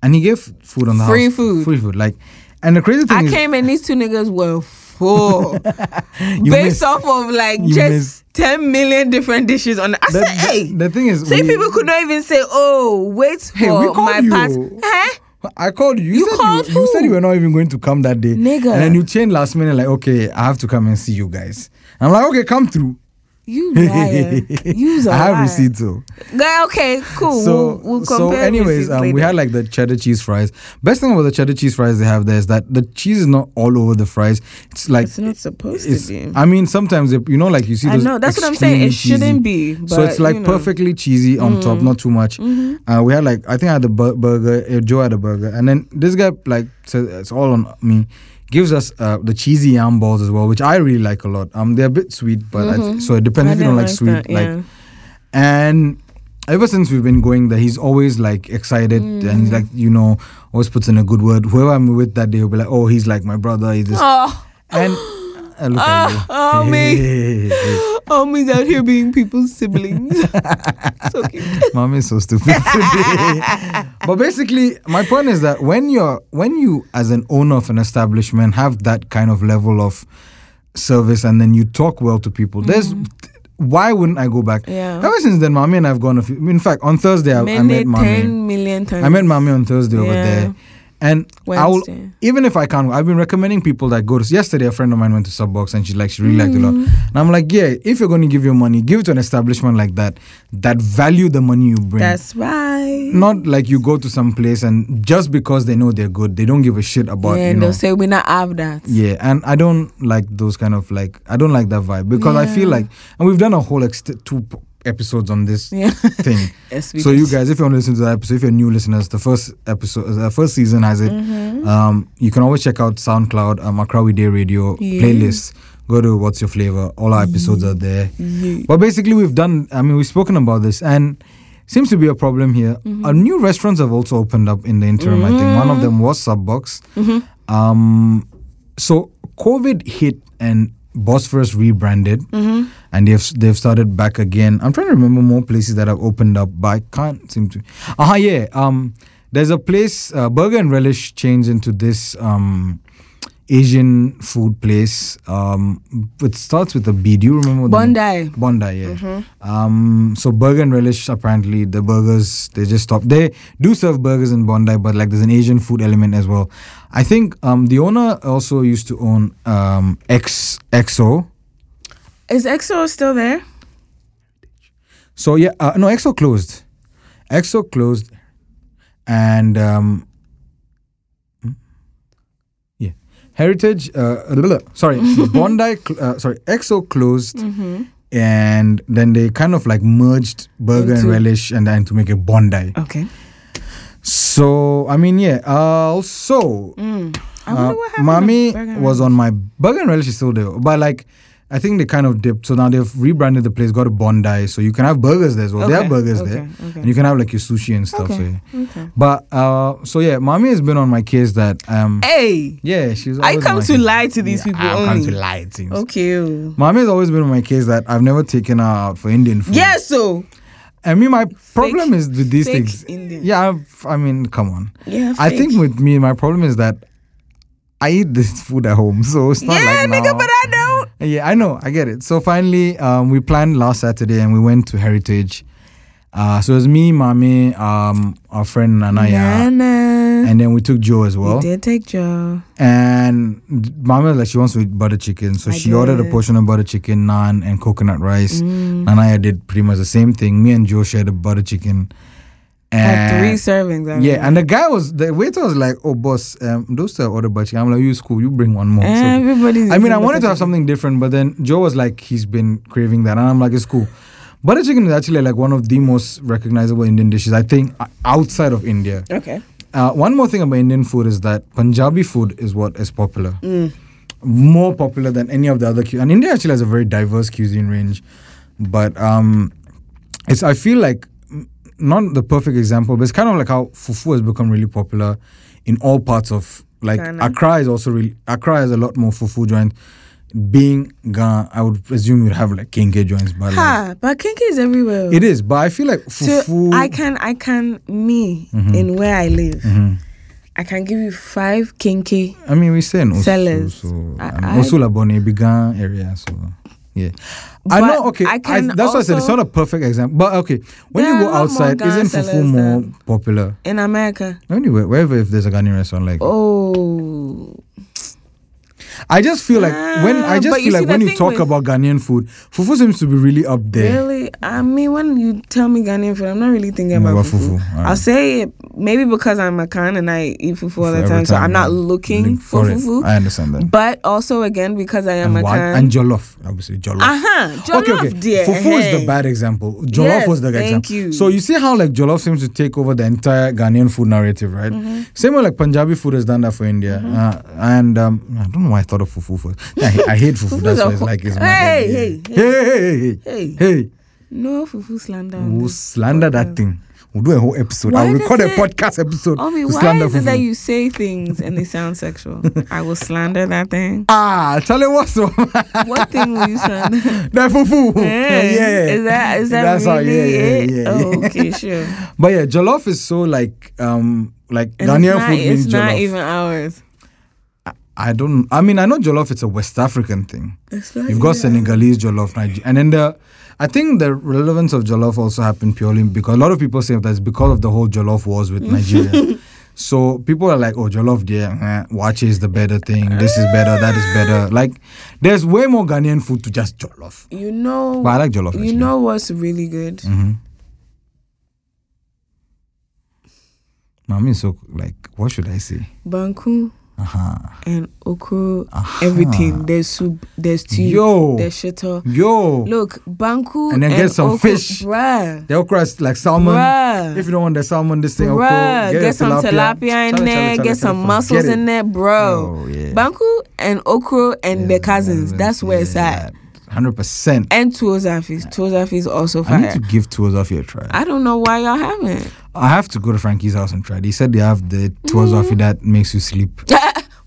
[SPEAKER 1] And he gave food on the
[SPEAKER 2] Free
[SPEAKER 1] house.
[SPEAKER 2] food.
[SPEAKER 1] Free food. Like, and the crazy thing
[SPEAKER 2] I
[SPEAKER 1] is,
[SPEAKER 2] came and these two niggas were full.
[SPEAKER 1] you
[SPEAKER 2] Based
[SPEAKER 1] missed.
[SPEAKER 2] off of like
[SPEAKER 1] You
[SPEAKER 2] just
[SPEAKER 1] missed.
[SPEAKER 2] 10 million different dishes on. I
[SPEAKER 1] The,
[SPEAKER 2] said,
[SPEAKER 1] the-
[SPEAKER 2] hey.
[SPEAKER 1] the thing is,
[SPEAKER 2] See,
[SPEAKER 1] we-
[SPEAKER 2] people could not even say, oh, wait for
[SPEAKER 1] Hey, we called
[SPEAKER 2] my
[SPEAKER 1] you.
[SPEAKER 2] part. Huh?
[SPEAKER 1] I called you. You,
[SPEAKER 2] You
[SPEAKER 1] said
[SPEAKER 2] called
[SPEAKER 1] you, you said
[SPEAKER 2] who?
[SPEAKER 1] you were not even going to come that day.
[SPEAKER 2] Nigga.
[SPEAKER 1] And then you changed last minute, like, okay, I have to come and see you guys. I'm like, okay, come through.
[SPEAKER 2] You liar. You's a
[SPEAKER 1] I have
[SPEAKER 2] liar.
[SPEAKER 1] receipts though.
[SPEAKER 2] Girl, okay, cool.
[SPEAKER 1] So,
[SPEAKER 2] we'll, we'll
[SPEAKER 1] so
[SPEAKER 2] compare
[SPEAKER 1] anyways,
[SPEAKER 2] receipts
[SPEAKER 1] um, we
[SPEAKER 2] later.
[SPEAKER 1] had like the cheddar cheese fries. Best thing about the cheddar cheese fries they have there is that the cheese is not all over the fries. It's like
[SPEAKER 2] It's not supposed
[SPEAKER 1] it's-
[SPEAKER 2] to be.
[SPEAKER 1] I mean, sometimes if- you know, like you see.
[SPEAKER 2] I
[SPEAKER 1] Those
[SPEAKER 2] know. That's what I'm saying. It
[SPEAKER 1] extremely
[SPEAKER 2] shouldn't
[SPEAKER 1] cheesy-
[SPEAKER 2] be. But,
[SPEAKER 1] so it's like
[SPEAKER 2] you know. Mm. Mm-hmm.
[SPEAKER 1] perfectly cheesy on top, not too much. Uh, we had like I think I had the bur- burger. uh, Joe had a burger, and then this guy like said it's all on me. Gives us uh, the cheesy yam balls as well, which I really like a lot. Um, they're a bit sweet, but I th-
[SPEAKER 2] Mhm.
[SPEAKER 1] so it depends
[SPEAKER 2] I
[SPEAKER 1] if you don't
[SPEAKER 2] didn't
[SPEAKER 1] like sweet.
[SPEAKER 2] that,
[SPEAKER 1] Like
[SPEAKER 2] yeah.
[SPEAKER 1] and ever since we've been going there, he's always like excited
[SPEAKER 2] Mm.
[SPEAKER 1] and he's like, you know, always puts in a good word. Whoeever I'm with that day will be like, oh, he's like my brother. He's this.
[SPEAKER 2] oh,
[SPEAKER 1] And uh, look at you.
[SPEAKER 2] oh, me.
[SPEAKER 1] Hey,
[SPEAKER 2] homies out here being people's siblings. so cute.
[SPEAKER 1] Mom is so stupid today. but basically, my point is that when you're when you as an owner of an establishment have that kind of level of service and then you talk well to people, there's why wouldn't I go back?
[SPEAKER 2] Yeah.
[SPEAKER 1] Ever since then, Mami and I've gone a few. In fact, on Thursday I, I
[SPEAKER 2] Many
[SPEAKER 1] met Mami.
[SPEAKER 2] 10 million times.
[SPEAKER 1] I met Mami on Thursday over
[SPEAKER 2] Yeah.
[SPEAKER 1] there. And I will,
[SPEAKER 2] Wednesday.
[SPEAKER 1] even if I can't, I've been recommending people that go to. Yesterday, a friend of mine went to Subbox and she like she really liked it a lot.
[SPEAKER 2] Mm.
[SPEAKER 1] And I'm like, yeah, if you're going to give your money, give it to an establishment like that that value the money you bring.
[SPEAKER 2] That's right.
[SPEAKER 1] Not like you go to some place and just because they know they're good, they don't give a shit about
[SPEAKER 2] yeah,
[SPEAKER 1] you know.
[SPEAKER 2] they'll say we not have that.
[SPEAKER 1] Yeah, and I don't like those kind of like I don't like that vibe because I feel
[SPEAKER 2] Yeah.
[SPEAKER 1] like, and we've done a whole ex- two p- episodes on this
[SPEAKER 2] Yeah.
[SPEAKER 1] thing.
[SPEAKER 2] Yes, we
[SPEAKER 1] So
[SPEAKER 2] did.
[SPEAKER 1] you guys, if you want to listen to that episode, if you're new listeners, the first episode, uh, the first season has it.
[SPEAKER 2] Mm-hmm.
[SPEAKER 1] Um, you can always check out SoundCloud, um, Akrawi Day Radio
[SPEAKER 2] Yeah.
[SPEAKER 1] playlist. Go to What's Your Flavor. All our episodes are there.
[SPEAKER 2] Yeah.
[SPEAKER 1] But basically, we've done. I mean, we've spoken about this, and seems to be a problem here.
[SPEAKER 2] Mm-hmm.
[SPEAKER 1] Uh, new restaurants have also opened up in the interim. I think one of them was Subbox.
[SPEAKER 2] Mm-hmm.
[SPEAKER 1] Um, so COVID hit and Bosphorus rebranded,
[SPEAKER 2] Mm-hmm.
[SPEAKER 1] and they've they've started back again. I'm trying to remember more places that have opened up, but I can't seem to. Ah, uh-huh, yeah. Um, there's a place uh, Burger and Relish changed into this um. Asian food place. Um, it starts with a B. Do you remember? the name?
[SPEAKER 2] Bondi.
[SPEAKER 1] Bondi, yeah. Um, so burger and relish. Apparently, the burgers they just stop. They do serve burgers in Bondi, but like there's an Asian food element as well. I think um, the owner also used to own um, X XO.
[SPEAKER 2] Is EXO still there?
[SPEAKER 1] So yeah, uh, no XO closed. XO closed, and um, hmm? yeah, Heritage. Uh, sorry, Bondi. Cl- uh, sorry, XO closed.
[SPEAKER 2] Mm-hmm.
[SPEAKER 1] and then they kind of like merged burger and
[SPEAKER 2] Into-
[SPEAKER 1] relish and then to make a bondi
[SPEAKER 2] Okay.
[SPEAKER 1] so i mean yeah uh, also
[SPEAKER 2] Mm. I wonder
[SPEAKER 1] uh,
[SPEAKER 2] what happened.
[SPEAKER 1] mommy was on my burger and relish is still there but like i think they kind of dipped so now they've rebranded the place got a bondi so you can have burgers there as well there are burgers
[SPEAKER 2] okay,
[SPEAKER 1] there
[SPEAKER 2] Okay.
[SPEAKER 1] and you can have like your sushi and stuff so yeah.
[SPEAKER 2] okay.
[SPEAKER 1] but uh so yeah mommy has been on my case that um
[SPEAKER 2] Hey,
[SPEAKER 1] yeah she's
[SPEAKER 2] Eh, I
[SPEAKER 1] always on
[SPEAKER 2] come
[SPEAKER 1] my
[SPEAKER 2] to
[SPEAKER 1] case.
[SPEAKER 2] lie to these
[SPEAKER 1] Yeah,
[SPEAKER 2] people
[SPEAKER 1] i come
[SPEAKER 2] only.
[SPEAKER 1] to lie it seems
[SPEAKER 2] Okay. oh.
[SPEAKER 1] mommy has always been on my case that i've never taken her out for indian food
[SPEAKER 2] Yes, so
[SPEAKER 1] I mean, my problem is with these
[SPEAKER 2] fake
[SPEAKER 1] things.
[SPEAKER 2] Indian.
[SPEAKER 1] Yeah, I've, I mean, come on.
[SPEAKER 2] yeah.
[SPEAKER 1] I think with me, my problem is that I eat this food at home, so it's not
[SPEAKER 2] yeah,
[SPEAKER 1] like
[SPEAKER 2] nigga,
[SPEAKER 1] now.
[SPEAKER 2] but I don't.
[SPEAKER 1] yeah, I know, I get it. So finally, um, we planned last Saturday and we went to Heritage. Uh, so it was me, mommy, um, our friend Nanaya,
[SPEAKER 2] Nana.
[SPEAKER 1] and then we took Joe as well.
[SPEAKER 2] we did take Joe.
[SPEAKER 1] And mama like she wants to eat butter chicken, so
[SPEAKER 2] I
[SPEAKER 1] she ordered a
[SPEAKER 2] did. Mm.
[SPEAKER 1] portion of butter chicken, naan, and coconut rice. And I did pretty much the same thing. Me and Joe shared a butter chicken.
[SPEAKER 2] Had
[SPEAKER 1] And
[SPEAKER 2] three servings. I
[SPEAKER 1] yeah, and the guy was the waiter was like, "Oh, boss, um, those two are ordered butter chicken." I'm like, "You cool, you bring one more." So-
[SPEAKER 2] Eh, everybody's.
[SPEAKER 1] I mean,
[SPEAKER 2] eating
[SPEAKER 1] I wanted to
[SPEAKER 2] butter
[SPEAKER 1] have something different, but then Joe was like, "He's been craving that," and I'm like, "It's cool." Butter chicken is actually like one of the most recognizable Indian dishes, I think, o- outside of India.
[SPEAKER 2] chicken. Okay.
[SPEAKER 1] Uh, one more thing about Indian food is that Punjabi food is what is popular,
[SPEAKER 2] Mm.
[SPEAKER 1] more popular than any of the other. cu- And India actually has a very diverse cuisine range, but um, it's I feel like mm, not the perfect example, but it's kind of like how fufu has become really popular in all parts of like
[SPEAKER 2] Ghana.
[SPEAKER 1] Accra is also really Accra has a lot more fufu joints. Being Ghana, I would presume you'd have like kinke joints, but like,
[SPEAKER 2] Ha, but kinki is everywhere.
[SPEAKER 1] it is. Mm-hmm. But I feel like
[SPEAKER 2] So
[SPEAKER 1] fufu.
[SPEAKER 2] I can, I can, me in where I live,
[SPEAKER 1] Mm-hmm.
[SPEAKER 2] I can give you five kinki.
[SPEAKER 1] I mean, we say in Usu,
[SPEAKER 2] Sellers.
[SPEAKER 1] so
[SPEAKER 2] I-
[SPEAKER 1] um,
[SPEAKER 2] I-
[SPEAKER 1] Usula Boni, Bigan area, so yeah. I
[SPEAKER 2] But
[SPEAKER 1] know. Okay,
[SPEAKER 2] I
[SPEAKER 1] I
[SPEAKER 2] can
[SPEAKER 1] that's what I said. It's
[SPEAKER 2] also-
[SPEAKER 1] not a perfect example, but okay. When
[SPEAKER 2] There
[SPEAKER 1] you
[SPEAKER 2] are
[SPEAKER 1] go
[SPEAKER 2] a lot more
[SPEAKER 1] outside,
[SPEAKER 2] Ghanaian
[SPEAKER 1] isn't fufu
[SPEAKER 2] sellers
[SPEAKER 1] more
[SPEAKER 2] than-
[SPEAKER 1] popular?
[SPEAKER 2] in America.
[SPEAKER 1] Anywhere, wherever if there's a Ghanaian restaurant, like
[SPEAKER 2] Oh,
[SPEAKER 1] I just feel like when I
[SPEAKER 2] Ah,
[SPEAKER 1] just
[SPEAKER 2] but
[SPEAKER 1] feel
[SPEAKER 2] you see,
[SPEAKER 1] like
[SPEAKER 2] the
[SPEAKER 1] when you
[SPEAKER 2] thing
[SPEAKER 1] talk
[SPEAKER 2] with-
[SPEAKER 1] about Ghanaian food, fufu seems to be really up there.
[SPEAKER 2] Really, I mean, when you tell me Ghanaian food, I'm not really thinking
[SPEAKER 1] No,
[SPEAKER 2] about,
[SPEAKER 1] about
[SPEAKER 2] fufu.
[SPEAKER 1] fufu, alright.
[SPEAKER 2] I'll say it maybe because I'm a Khan and I eat fufu all
[SPEAKER 1] For
[SPEAKER 2] the
[SPEAKER 1] every
[SPEAKER 2] time, so I'm not
[SPEAKER 1] yeah.
[SPEAKER 2] looking
[SPEAKER 1] Look
[SPEAKER 2] for,
[SPEAKER 1] it.
[SPEAKER 2] fufu.
[SPEAKER 1] I understand that.
[SPEAKER 2] but also again because I am
[SPEAKER 1] and
[SPEAKER 2] a
[SPEAKER 1] what?
[SPEAKER 2] Khan.
[SPEAKER 1] And jollof, obviously jollof.
[SPEAKER 2] uh huh. Jollof,
[SPEAKER 1] okay, okay.
[SPEAKER 2] dear.
[SPEAKER 1] Fufu is the
[SPEAKER 2] hey.
[SPEAKER 1] bad example. Jollof
[SPEAKER 2] Yes,
[SPEAKER 1] was the
[SPEAKER 2] thank
[SPEAKER 1] example.
[SPEAKER 2] you.
[SPEAKER 1] So you see how like Jollof seems to take over the entire Ghanaian food narrative, right?
[SPEAKER 2] Mm-hmm.
[SPEAKER 1] Same way like Punjabi food has done that for India. Uh, and um, I don't know why I thought of fufu first. Yeah, I, I hate fufu.
[SPEAKER 2] Fufu's
[SPEAKER 1] That's why it's
[SPEAKER 2] awful.
[SPEAKER 1] like it's my
[SPEAKER 2] Hey,
[SPEAKER 1] head.
[SPEAKER 2] hey,
[SPEAKER 1] hey, hey, hey,
[SPEAKER 2] Hey,
[SPEAKER 1] hey, hey.
[SPEAKER 2] no fufu slander. on
[SPEAKER 1] We'll
[SPEAKER 2] this
[SPEAKER 1] slander that
[SPEAKER 2] podcast.
[SPEAKER 1] thing. We'll do a whole episode.
[SPEAKER 2] Why
[SPEAKER 1] I'll record
[SPEAKER 2] does
[SPEAKER 1] a
[SPEAKER 2] it-
[SPEAKER 1] podcast episode.
[SPEAKER 2] Omi,
[SPEAKER 1] to
[SPEAKER 2] why
[SPEAKER 1] slander
[SPEAKER 2] is it that
[SPEAKER 1] fufu.
[SPEAKER 2] you say things and they sound sexual? I will slander that thing.
[SPEAKER 1] Ah, Charlie, what's up?
[SPEAKER 2] What thing will you slander?
[SPEAKER 1] that fufu. Oh,
[SPEAKER 2] Hey,
[SPEAKER 1] yeah.
[SPEAKER 2] Is that is that
[SPEAKER 1] That's how-
[SPEAKER 2] really
[SPEAKER 1] yeah, yeah,
[SPEAKER 2] it?
[SPEAKER 1] yeah,
[SPEAKER 2] oh,
[SPEAKER 1] yeah.
[SPEAKER 2] okay, sure.
[SPEAKER 1] But yeah, jollof is so like um like
[SPEAKER 2] And
[SPEAKER 1] Ghanaian
[SPEAKER 2] it's not,
[SPEAKER 1] food means
[SPEAKER 2] it's not
[SPEAKER 1] jollof.
[SPEAKER 2] even ours.
[SPEAKER 1] I don't. I mean, I know jollof. It's a West African thing.
[SPEAKER 2] Oh,
[SPEAKER 1] You've got Senegalese jollof, Niger- and then the. I think the relevance of jollof also happened purely because a lot of people say that it's because of the whole jollof wars with Nigeria. so people are like, "Oh, jollof, yeah, watch is the better thing. This is better. That is better." Like, there's way more Ghanaian food to just jollof.
[SPEAKER 2] You know,
[SPEAKER 1] But I like jollof.
[SPEAKER 2] you know what's really good?
[SPEAKER 1] hmm Mommy is so like, what should I say?
[SPEAKER 2] Banku
[SPEAKER 1] Uh-huh.
[SPEAKER 2] and okro,
[SPEAKER 1] Uh-huh.
[SPEAKER 2] everything. There's soup, there's stew,
[SPEAKER 1] Yo.
[SPEAKER 2] there's shito.
[SPEAKER 1] Yo,
[SPEAKER 2] Look, banku
[SPEAKER 1] And then get some
[SPEAKER 2] okro-
[SPEAKER 1] fish.
[SPEAKER 2] Bruh.
[SPEAKER 1] the okra is like salmon.
[SPEAKER 2] Bruh.
[SPEAKER 1] If you don't want the salmon, this thing,
[SPEAKER 2] Bruh,
[SPEAKER 1] okra,
[SPEAKER 2] get,
[SPEAKER 1] your
[SPEAKER 2] some tilapia in
[SPEAKER 1] Chale, chale,
[SPEAKER 2] there,
[SPEAKER 1] chale,
[SPEAKER 2] get
[SPEAKER 1] chale,
[SPEAKER 2] some
[SPEAKER 1] forget
[SPEAKER 2] mussels
[SPEAKER 1] it.
[SPEAKER 2] in there, bro.
[SPEAKER 1] Oh, yeah.
[SPEAKER 2] Banku and okro and
[SPEAKER 1] Yeah,
[SPEAKER 2] the cousins, that's where it's
[SPEAKER 1] yeah,
[SPEAKER 2] at.
[SPEAKER 1] yeah. 100%.
[SPEAKER 2] And Tuozafis. Tuozafis is also
[SPEAKER 1] I
[SPEAKER 2] fire.
[SPEAKER 1] need to give tours off here a try.
[SPEAKER 2] I don't know why y'all haven't.
[SPEAKER 1] I have to go to Frankie's house and try it. He said they have the tours
[SPEAKER 2] Mm.
[SPEAKER 1] off it that makes you sleep.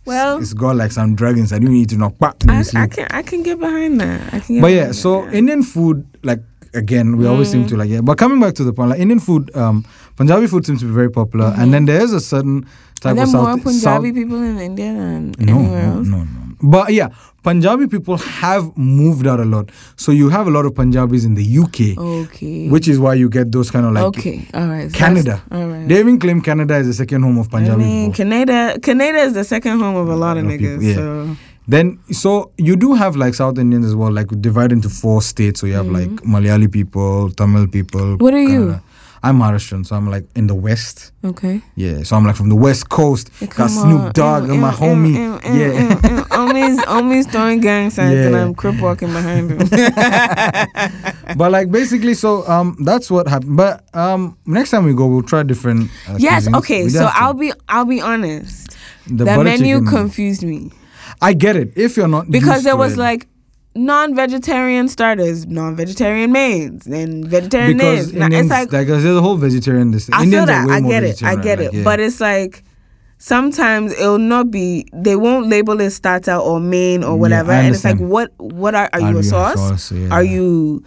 [SPEAKER 2] well,
[SPEAKER 1] It's got like some dragons and you need to knock back and
[SPEAKER 2] I,
[SPEAKER 1] you sleep.
[SPEAKER 2] I can I can get behind that. I can get
[SPEAKER 1] but
[SPEAKER 2] behind
[SPEAKER 1] yeah,
[SPEAKER 2] that, Mm.
[SPEAKER 1] so Indian food, like again, we always seem to like yeah. But coming back to the point, like Indian food, um, Punjabi food seems to be very popular, and then there is a certain type
[SPEAKER 2] Are there
[SPEAKER 1] of
[SPEAKER 2] Mm-hmm. more
[SPEAKER 1] South.
[SPEAKER 2] Punjabi
[SPEAKER 1] South
[SPEAKER 2] people in India than
[SPEAKER 1] no,
[SPEAKER 2] anywhere
[SPEAKER 1] no,
[SPEAKER 2] else?
[SPEAKER 1] no, no. But yeah, Punjabi people have moved out a lot, so you have a lot of Punjabis in the UK,
[SPEAKER 2] Okay.
[SPEAKER 1] which is why you get those kind of like.
[SPEAKER 2] Oh. okay. All right. so
[SPEAKER 1] Canada.
[SPEAKER 2] that's- All right.
[SPEAKER 1] They even claim Canada is the second home of
[SPEAKER 2] I
[SPEAKER 1] Punjabi
[SPEAKER 2] mean,
[SPEAKER 1] people.
[SPEAKER 2] Canada. Canada is the second home of a lot of
[SPEAKER 1] lot of people,
[SPEAKER 2] niggas.
[SPEAKER 1] yeah.
[SPEAKER 2] So
[SPEAKER 1] Then, so you do have like South Indians as well, like divided into four states. So you have like Malayali people, Tamil people.
[SPEAKER 2] Mm-hmm. What are you?
[SPEAKER 1] Kannada. I'm Maharashtrian, so I'm like in the west.
[SPEAKER 2] okay.
[SPEAKER 1] Yeah, so I'm like from the west coast.
[SPEAKER 2] Yeah,
[SPEAKER 1] Got Snoop Dogg
[SPEAKER 2] Ew,
[SPEAKER 1] and my
[SPEAKER 2] ew,
[SPEAKER 1] homie.
[SPEAKER 2] ew, ew,
[SPEAKER 1] yeah.
[SPEAKER 2] ew, ew. Omi's Omi's throwing gang signs and
[SPEAKER 1] Yeah.
[SPEAKER 2] I'm crip walking behind him.
[SPEAKER 1] but like basically, so um, that's what happened. But um, next time we go, we'll try different. Uh,
[SPEAKER 2] yes.
[SPEAKER 1] cuisines.
[SPEAKER 2] Okay.
[SPEAKER 1] We
[SPEAKER 2] So
[SPEAKER 1] have to.
[SPEAKER 2] I'll be I'll be honest.
[SPEAKER 1] the
[SPEAKER 2] The
[SPEAKER 1] butter
[SPEAKER 2] menu
[SPEAKER 1] chicken-
[SPEAKER 2] confused me.
[SPEAKER 1] I get it. If you're not
[SPEAKER 2] because
[SPEAKER 1] used
[SPEAKER 2] there
[SPEAKER 1] to
[SPEAKER 2] was
[SPEAKER 1] it.
[SPEAKER 2] like non-vegetarian starters, non-vegetarian mains, and vegetarian
[SPEAKER 1] because
[SPEAKER 2] names. And
[SPEAKER 1] Indians,
[SPEAKER 2] it's like
[SPEAKER 1] like, there's a whole vegetarian. This
[SPEAKER 2] I
[SPEAKER 1] Indians
[SPEAKER 2] feel that
[SPEAKER 1] are way
[SPEAKER 2] I
[SPEAKER 1] more
[SPEAKER 2] get it, I
[SPEAKER 1] vegetarian,
[SPEAKER 2] get
[SPEAKER 1] like,
[SPEAKER 2] it,
[SPEAKER 1] yeah.
[SPEAKER 2] but it's like sometimes it'll not be. They won't label it starter or main or whatever,
[SPEAKER 1] I
[SPEAKER 2] and it's like
[SPEAKER 1] understand.
[SPEAKER 2] what what are are you a sauce?
[SPEAKER 1] yeah.
[SPEAKER 2] Are you?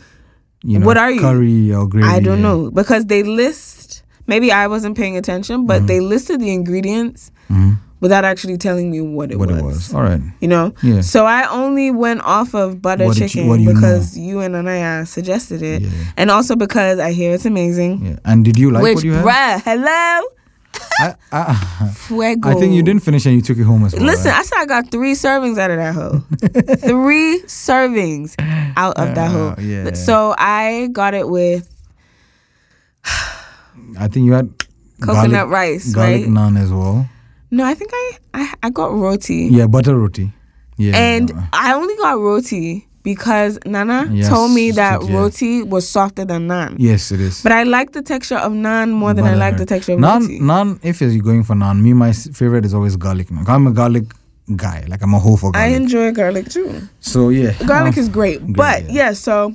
[SPEAKER 1] you know,
[SPEAKER 2] What are you?
[SPEAKER 1] Curry or gravy?
[SPEAKER 2] I don't
[SPEAKER 1] yeah.
[SPEAKER 2] know because they list. Maybe I wasn't paying attention, but
[SPEAKER 1] Mm-hmm.
[SPEAKER 2] they listed the ingredients
[SPEAKER 1] Mhm.
[SPEAKER 2] without actually telling me what it
[SPEAKER 1] What
[SPEAKER 2] was.
[SPEAKER 1] it was. All right.
[SPEAKER 2] You know?
[SPEAKER 1] Yeah.
[SPEAKER 2] So I only went off of butter
[SPEAKER 1] What did you-
[SPEAKER 2] chicken
[SPEAKER 1] what do you
[SPEAKER 2] because you and Anaya suggested it.
[SPEAKER 1] Yeah.
[SPEAKER 2] And also because I hear it's amazing.
[SPEAKER 1] Yeah. And did you like
[SPEAKER 2] Which,
[SPEAKER 1] what you had?
[SPEAKER 2] bruh, hello?
[SPEAKER 1] I, I,
[SPEAKER 2] Fuego.
[SPEAKER 1] I think you didn't finish and you took it home as well.
[SPEAKER 2] Listen,
[SPEAKER 1] right?
[SPEAKER 2] I said I got three servings out of that hoe. three servings out of that hoe.
[SPEAKER 1] Uh, yeah.
[SPEAKER 2] So I got it with
[SPEAKER 1] I think you had
[SPEAKER 2] coconut
[SPEAKER 1] garlic,
[SPEAKER 2] rice,
[SPEAKER 1] garlic
[SPEAKER 2] right?
[SPEAKER 1] naan as well.
[SPEAKER 2] No, I think I I, I got roti.
[SPEAKER 1] Yeah, butter roti. Yeah.
[SPEAKER 2] And
[SPEAKER 1] uh,
[SPEAKER 2] I only got roti because Nana
[SPEAKER 1] Yes,
[SPEAKER 2] told me
[SPEAKER 1] she
[SPEAKER 2] that
[SPEAKER 1] did, yeah.
[SPEAKER 2] roti was softer than naan.
[SPEAKER 1] yes, it is.
[SPEAKER 2] But I like the texture of naan more than I
[SPEAKER 1] Butter
[SPEAKER 2] like
[SPEAKER 1] roti.
[SPEAKER 2] the texture of
[SPEAKER 1] naan.
[SPEAKER 2] roti.
[SPEAKER 1] Naan. If you're going for naan, me my s- favorite is always garlic naan. I'm a garlic guy. Like I'm a hoe for
[SPEAKER 2] I
[SPEAKER 1] garlic.
[SPEAKER 2] enjoy garlic too.
[SPEAKER 1] so yeah.
[SPEAKER 2] Garlic
[SPEAKER 1] um,
[SPEAKER 2] is great, but
[SPEAKER 1] yeah.
[SPEAKER 2] yeah. so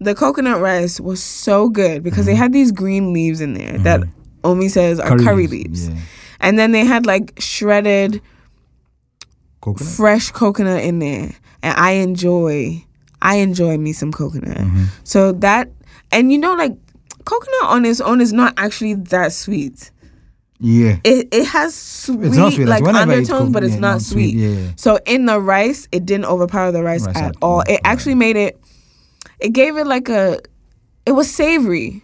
[SPEAKER 2] the coconut rice was so good
[SPEAKER 1] Mm-hmm.
[SPEAKER 2] because they had these green leaves in there that Omi says are curry, leaves,
[SPEAKER 1] Yeah.
[SPEAKER 2] and then they had like shredded
[SPEAKER 1] Coconut.
[SPEAKER 2] fresh coconut in there, and I enjoy, I enjoy me some coconut.
[SPEAKER 1] Mm-hmm.
[SPEAKER 2] So that, and you know, like coconut on its own is not actually that sweet.
[SPEAKER 1] Yeah.
[SPEAKER 2] it it has sweet,
[SPEAKER 1] It's not sweet.
[SPEAKER 2] like
[SPEAKER 1] Like, whenever it's
[SPEAKER 2] undertones,
[SPEAKER 1] cooked,
[SPEAKER 2] but it's
[SPEAKER 1] yeah,
[SPEAKER 2] not,
[SPEAKER 1] not sweet.
[SPEAKER 2] sweet.
[SPEAKER 1] Yeah, yeah.
[SPEAKER 2] So in the rice, it didn't overpower the rice,
[SPEAKER 1] Rice
[SPEAKER 2] at
[SPEAKER 1] at all,
[SPEAKER 2] all. It
[SPEAKER 1] right.
[SPEAKER 2] actually made it. It gave it like a. It was savory,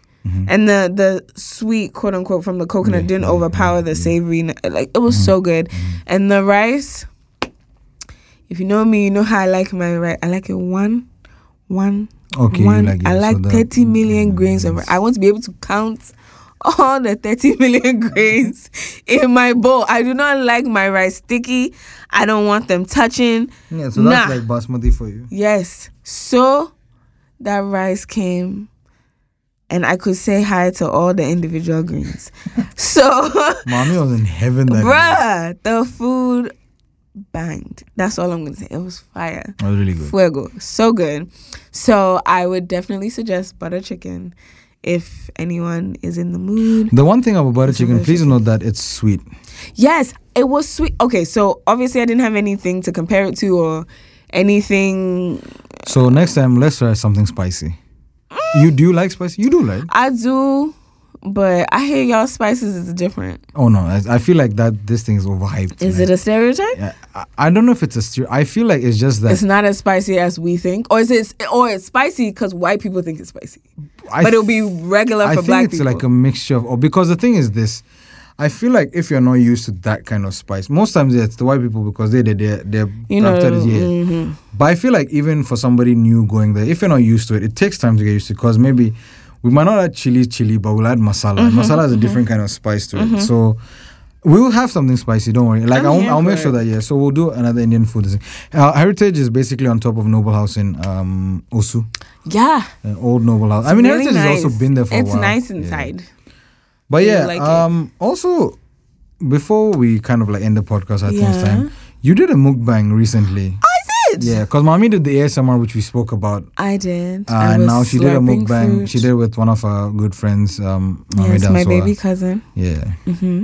[SPEAKER 2] and the the sweet quote unquote from the coconut
[SPEAKER 1] Mm-hmm. Yeah,
[SPEAKER 2] didn't
[SPEAKER 1] yeah, Mm-hmm.
[SPEAKER 2] overpower the savory. Like it was so good, and the rice. If you know me, you know how I like my rice. I like it one, one,
[SPEAKER 1] Okay, you
[SPEAKER 2] one.
[SPEAKER 1] like it,
[SPEAKER 2] I
[SPEAKER 1] so
[SPEAKER 2] like
[SPEAKER 1] that-
[SPEAKER 2] thirty million
[SPEAKER 1] mm,
[SPEAKER 2] grains of rice. I want to be able to count all the thirty million grains in my bowl. I do not like my rice sticky. I don't want them touching.
[SPEAKER 1] Yeah, so that's
[SPEAKER 2] Nah.
[SPEAKER 1] like basmati for you.
[SPEAKER 2] Yes. So that rice came and I could say hi to all the individual greens. so
[SPEAKER 1] Mommy was in heaven that day.
[SPEAKER 2] bruh, the food banged. That's all I'm gonna say. It was fire.
[SPEAKER 1] That was really good.
[SPEAKER 2] Fuego. So good. So I would definitely suggest butter chicken if anyone is in the mood.
[SPEAKER 1] The one thing about butter
[SPEAKER 2] It's a
[SPEAKER 1] chicken,
[SPEAKER 2] butter
[SPEAKER 1] please note that it's sweet.
[SPEAKER 2] Yes, it was sweet. Okay, so obviously I didn't have anything to compare it to or anything
[SPEAKER 1] So next time, let's try something spicy. You do like spicy? You do like?
[SPEAKER 2] I do, but I hear y'all spices is different.
[SPEAKER 1] Oh no, I, I feel like that this thing is overhyped.
[SPEAKER 2] Is
[SPEAKER 1] man.
[SPEAKER 2] it a stereotype?
[SPEAKER 1] Yeah, I, I don't know if it's a steer. I feel like it's just that.
[SPEAKER 2] It's not as spicy as we think, or is it? Or it's spicy because white people think it's spicy,
[SPEAKER 1] I
[SPEAKER 2] but it'll be regular
[SPEAKER 1] I
[SPEAKER 2] for
[SPEAKER 1] think
[SPEAKER 2] black
[SPEAKER 1] it's
[SPEAKER 2] people.
[SPEAKER 1] like a mixture of. Or because the thing is this, I feel like if you're not used to that kind of spice, most times it's the white people because they they they they're
[SPEAKER 2] you know,
[SPEAKER 1] after the year.
[SPEAKER 2] mhm.
[SPEAKER 1] But I feel like even for somebody new going there, if you're not used to it, it takes time to get used to. Because maybe we might not add chili, chili, but we'll add masala. And
[SPEAKER 2] Mm-hmm,
[SPEAKER 1] masala is a different kind of spice to it. So we'll have something spicy. Don't worry. Like
[SPEAKER 2] I'm
[SPEAKER 1] I'll,
[SPEAKER 2] here
[SPEAKER 1] I'll
[SPEAKER 2] for
[SPEAKER 1] make sure
[SPEAKER 2] it.
[SPEAKER 1] that yeah. So we'll do another Indian food. Uh, Heritage is basically on top of Noble House in um, Osu,
[SPEAKER 2] yeah.
[SPEAKER 1] uh, old Noble House. I mean,
[SPEAKER 2] really
[SPEAKER 1] Heritage
[SPEAKER 2] nice.
[SPEAKER 1] has also been there for
[SPEAKER 2] it's
[SPEAKER 1] a while.
[SPEAKER 2] nice
[SPEAKER 1] Yeah.
[SPEAKER 2] inside.
[SPEAKER 1] But
[SPEAKER 2] You
[SPEAKER 1] yeah,
[SPEAKER 2] like it.
[SPEAKER 1] um, also before we kind of like end the podcast at this
[SPEAKER 2] Yeah.
[SPEAKER 1] time, you did a mukbang recently.
[SPEAKER 2] I did.
[SPEAKER 1] Yeah, because mommy did the ASMR which we spoke about
[SPEAKER 2] I did. I
[SPEAKER 1] Uh, and
[SPEAKER 2] was
[SPEAKER 1] now she did a
[SPEAKER 2] slurping
[SPEAKER 1] mukbang.
[SPEAKER 2] fruit.
[SPEAKER 1] She did with one of our good friends, um, Mami
[SPEAKER 2] Yes, my
[SPEAKER 1] Dansoa.
[SPEAKER 2] baby cousin.
[SPEAKER 1] Yeah,
[SPEAKER 2] hmm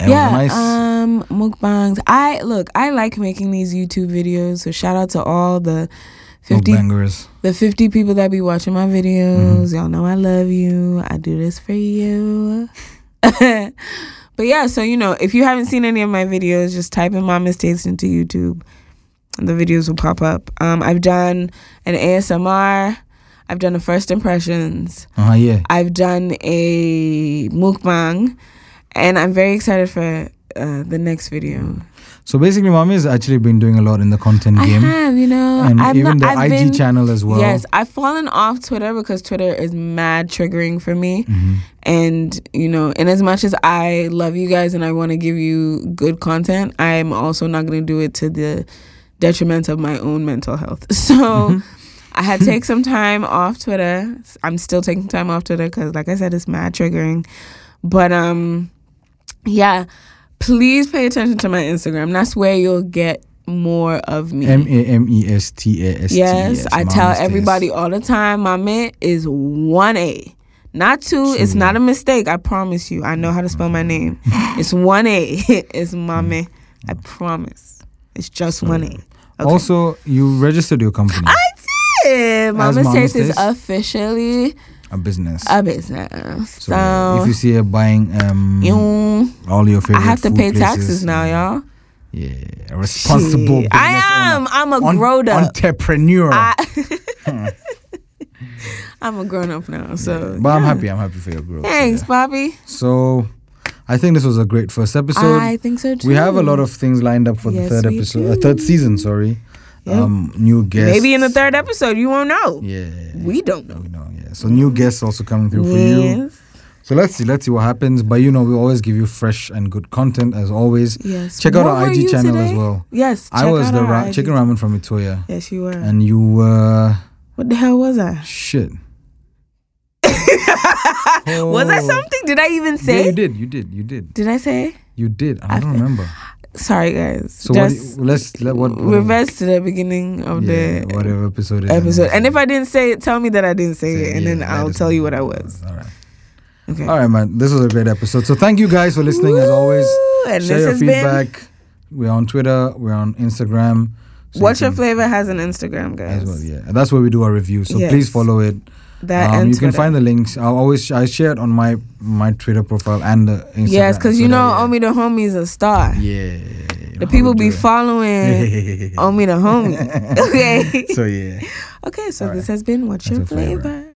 [SPEAKER 1] And it was a
[SPEAKER 2] yeah,
[SPEAKER 1] nice-
[SPEAKER 2] um, mukbangs. I look. I like making these YouTube videos. So shout out to all the fifty
[SPEAKER 1] mukbangers.
[SPEAKER 2] the 50 people that be watching
[SPEAKER 1] Mm-hmm.
[SPEAKER 2] my videos y'all know i love you i do this for you but yeah so you know if you haven't seen any of my videos just type in my mistakes into youtube and the videos will pop up um, i've done an asmr i've done a first impressions
[SPEAKER 1] Uh huh. Yeah.
[SPEAKER 2] i've done a mukbang and i'm very excited for uh, the next video
[SPEAKER 1] So basically, mommy has actually been doing a lot in the content
[SPEAKER 2] i
[SPEAKER 1] game,
[SPEAKER 2] have you know
[SPEAKER 1] and
[SPEAKER 2] I've
[SPEAKER 1] even
[SPEAKER 2] not,
[SPEAKER 1] the
[SPEAKER 2] I've
[SPEAKER 1] IG
[SPEAKER 2] been,
[SPEAKER 1] channel as well.
[SPEAKER 2] Yes, I've fallen off Twitter because Twitter is mad triggering for me.
[SPEAKER 1] Mhm.
[SPEAKER 2] And, you know, and as much as I love you guys and I want to give you good content, I'm also not going to do it to the detriment of my own mental health. So I had to take some time off Twitter. I'm still taking time off Twitter because, like I said, it's mad triggering. But, um, yeah, please pay attention to my Instagram. That's where you'll get more of me.
[SPEAKER 1] M A M E S T A S T.
[SPEAKER 2] Yes, I
[SPEAKER 1] Mami
[SPEAKER 2] tell
[SPEAKER 1] Stays.
[SPEAKER 2] everybody all the time my mint is 1A. Not two, it's
[SPEAKER 1] Two.
[SPEAKER 2] not a mistake. I promise you. I know how to spell my name. it's 1A. it's mame. I promise. It's just 1A. Okay.
[SPEAKER 1] Also, you registered your company,
[SPEAKER 2] Yeah, Mama
[SPEAKER 1] Mama
[SPEAKER 2] Stace is
[SPEAKER 1] Stace.
[SPEAKER 2] officially
[SPEAKER 1] a business.
[SPEAKER 2] a business.
[SPEAKER 1] so yeah, if you
[SPEAKER 2] Uh, So,
[SPEAKER 1] see her buying um,
[SPEAKER 2] mm,
[SPEAKER 1] all your
[SPEAKER 2] I
[SPEAKER 1] favorite,
[SPEAKER 2] have to
[SPEAKER 1] food
[SPEAKER 2] pay
[SPEAKER 1] places,
[SPEAKER 2] taxes now, y'all.
[SPEAKER 1] Yeah, a responsible. business
[SPEAKER 2] Shit. I am.
[SPEAKER 1] owner.
[SPEAKER 2] I'm a
[SPEAKER 1] On- Hmm.
[SPEAKER 2] grown up.
[SPEAKER 1] entrepreneur.
[SPEAKER 2] I- I'm a grown up now. So,
[SPEAKER 1] but I'm
[SPEAKER 2] yeah.
[SPEAKER 1] happy. I'm happy for your growth.
[SPEAKER 2] Thanks,
[SPEAKER 1] yeah.
[SPEAKER 2] Bobby.
[SPEAKER 1] So, I think this was a great first episode.
[SPEAKER 2] I think so too.
[SPEAKER 1] we have a lot of things lined up for the
[SPEAKER 2] Yes,
[SPEAKER 1] third
[SPEAKER 2] we
[SPEAKER 1] episode,
[SPEAKER 2] do.
[SPEAKER 1] uh, third season. Sorry,
[SPEAKER 2] Yep.
[SPEAKER 1] um, new guests.
[SPEAKER 2] Maybe in the third episode, you won't know.
[SPEAKER 1] Yeah,
[SPEAKER 2] We don't know.
[SPEAKER 1] we know. Yeah, so new guests also coming through for you.
[SPEAKER 2] Yes.
[SPEAKER 1] So let's see, let's see what happens. But you know, we always give you fresh and good content as always.
[SPEAKER 2] Yes.
[SPEAKER 1] Check out
[SPEAKER 2] What
[SPEAKER 1] our
[SPEAKER 2] were
[SPEAKER 1] IG
[SPEAKER 2] you
[SPEAKER 1] channel
[SPEAKER 2] today?
[SPEAKER 1] as well.
[SPEAKER 2] Yes.
[SPEAKER 1] I
[SPEAKER 2] check
[SPEAKER 1] was
[SPEAKER 2] out
[SPEAKER 1] the
[SPEAKER 2] our
[SPEAKER 1] ra-
[SPEAKER 2] IG.
[SPEAKER 1] chicken ramen from Itoya,
[SPEAKER 2] Yes, you were.
[SPEAKER 1] and you were
[SPEAKER 2] what the hell was I?
[SPEAKER 1] shit.
[SPEAKER 2] Was I
[SPEAKER 1] Oh.
[SPEAKER 2] something? Did I even
[SPEAKER 1] Yeah,
[SPEAKER 2] say?
[SPEAKER 1] you did. You did. You did.
[SPEAKER 2] Did I say?
[SPEAKER 1] You did. I,
[SPEAKER 2] I
[SPEAKER 1] don't
[SPEAKER 2] fe-
[SPEAKER 1] remember.
[SPEAKER 2] Sorry, guys.
[SPEAKER 1] So what,
[SPEAKER 2] Just
[SPEAKER 1] do you- let's let what, what
[SPEAKER 2] reverse to the beginning of
[SPEAKER 1] yeah,
[SPEAKER 2] the
[SPEAKER 1] whatever episode is
[SPEAKER 2] episode. And if I didn't say it, tell me that I didn't say it, and
[SPEAKER 1] yeah,
[SPEAKER 2] then
[SPEAKER 1] let
[SPEAKER 2] I'll
[SPEAKER 1] us
[SPEAKER 2] tell
[SPEAKER 1] know.
[SPEAKER 2] you what I was.
[SPEAKER 1] All right.
[SPEAKER 2] Okay.
[SPEAKER 1] All right, man. This was a great episode. So thank you guys for listening as always.
[SPEAKER 2] Woo! And
[SPEAKER 1] Share
[SPEAKER 2] this
[SPEAKER 1] your
[SPEAKER 2] has been-
[SPEAKER 1] feedback. We're on Twitter. We're on Instagram. So you
[SPEAKER 2] What's your
[SPEAKER 1] can-
[SPEAKER 2] flavor has an Instagram, guys.
[SPEAKER 1] As well, yeah. And That's where we do our review. So
[SPEAKER 2] Yes.
[SPEAKER 1] please follow it.
[SPEAKER 2] That
[SPEAKER 1] Um,
[SPEAKER 2] and
[SPEAKER 1] you can
[SPEAKER 2] Twitter.
[SPEAKER 1] find the links. I'll always I share it on my my Twitter profile and the Instagram.
[SPEAKER 2] yes, because you
[SPEAKER 1] so
[SPEAKER 2] know,
[SPEAKER 1] that,
[SPEAKER 2] Omi the homie's a star.
[SPEAKER 1] yeah. Yeah. you know how we
[SPEAKER 2] the people be Um,
[SPEAKER 1] do it.
[SPEAKER 2] following Omi the homie. Okay.
[SPEAKER 1] so yeah.
[SPEAKER 2] Okay, so
[SPEAKER 1] All right.
[SPEAKER 2] this has been What's
[SPEAKER 1] That's
[SPEAKER 2] Your
[SPEAKER 1] a flavor.
[SPEAKER 2] Flavor?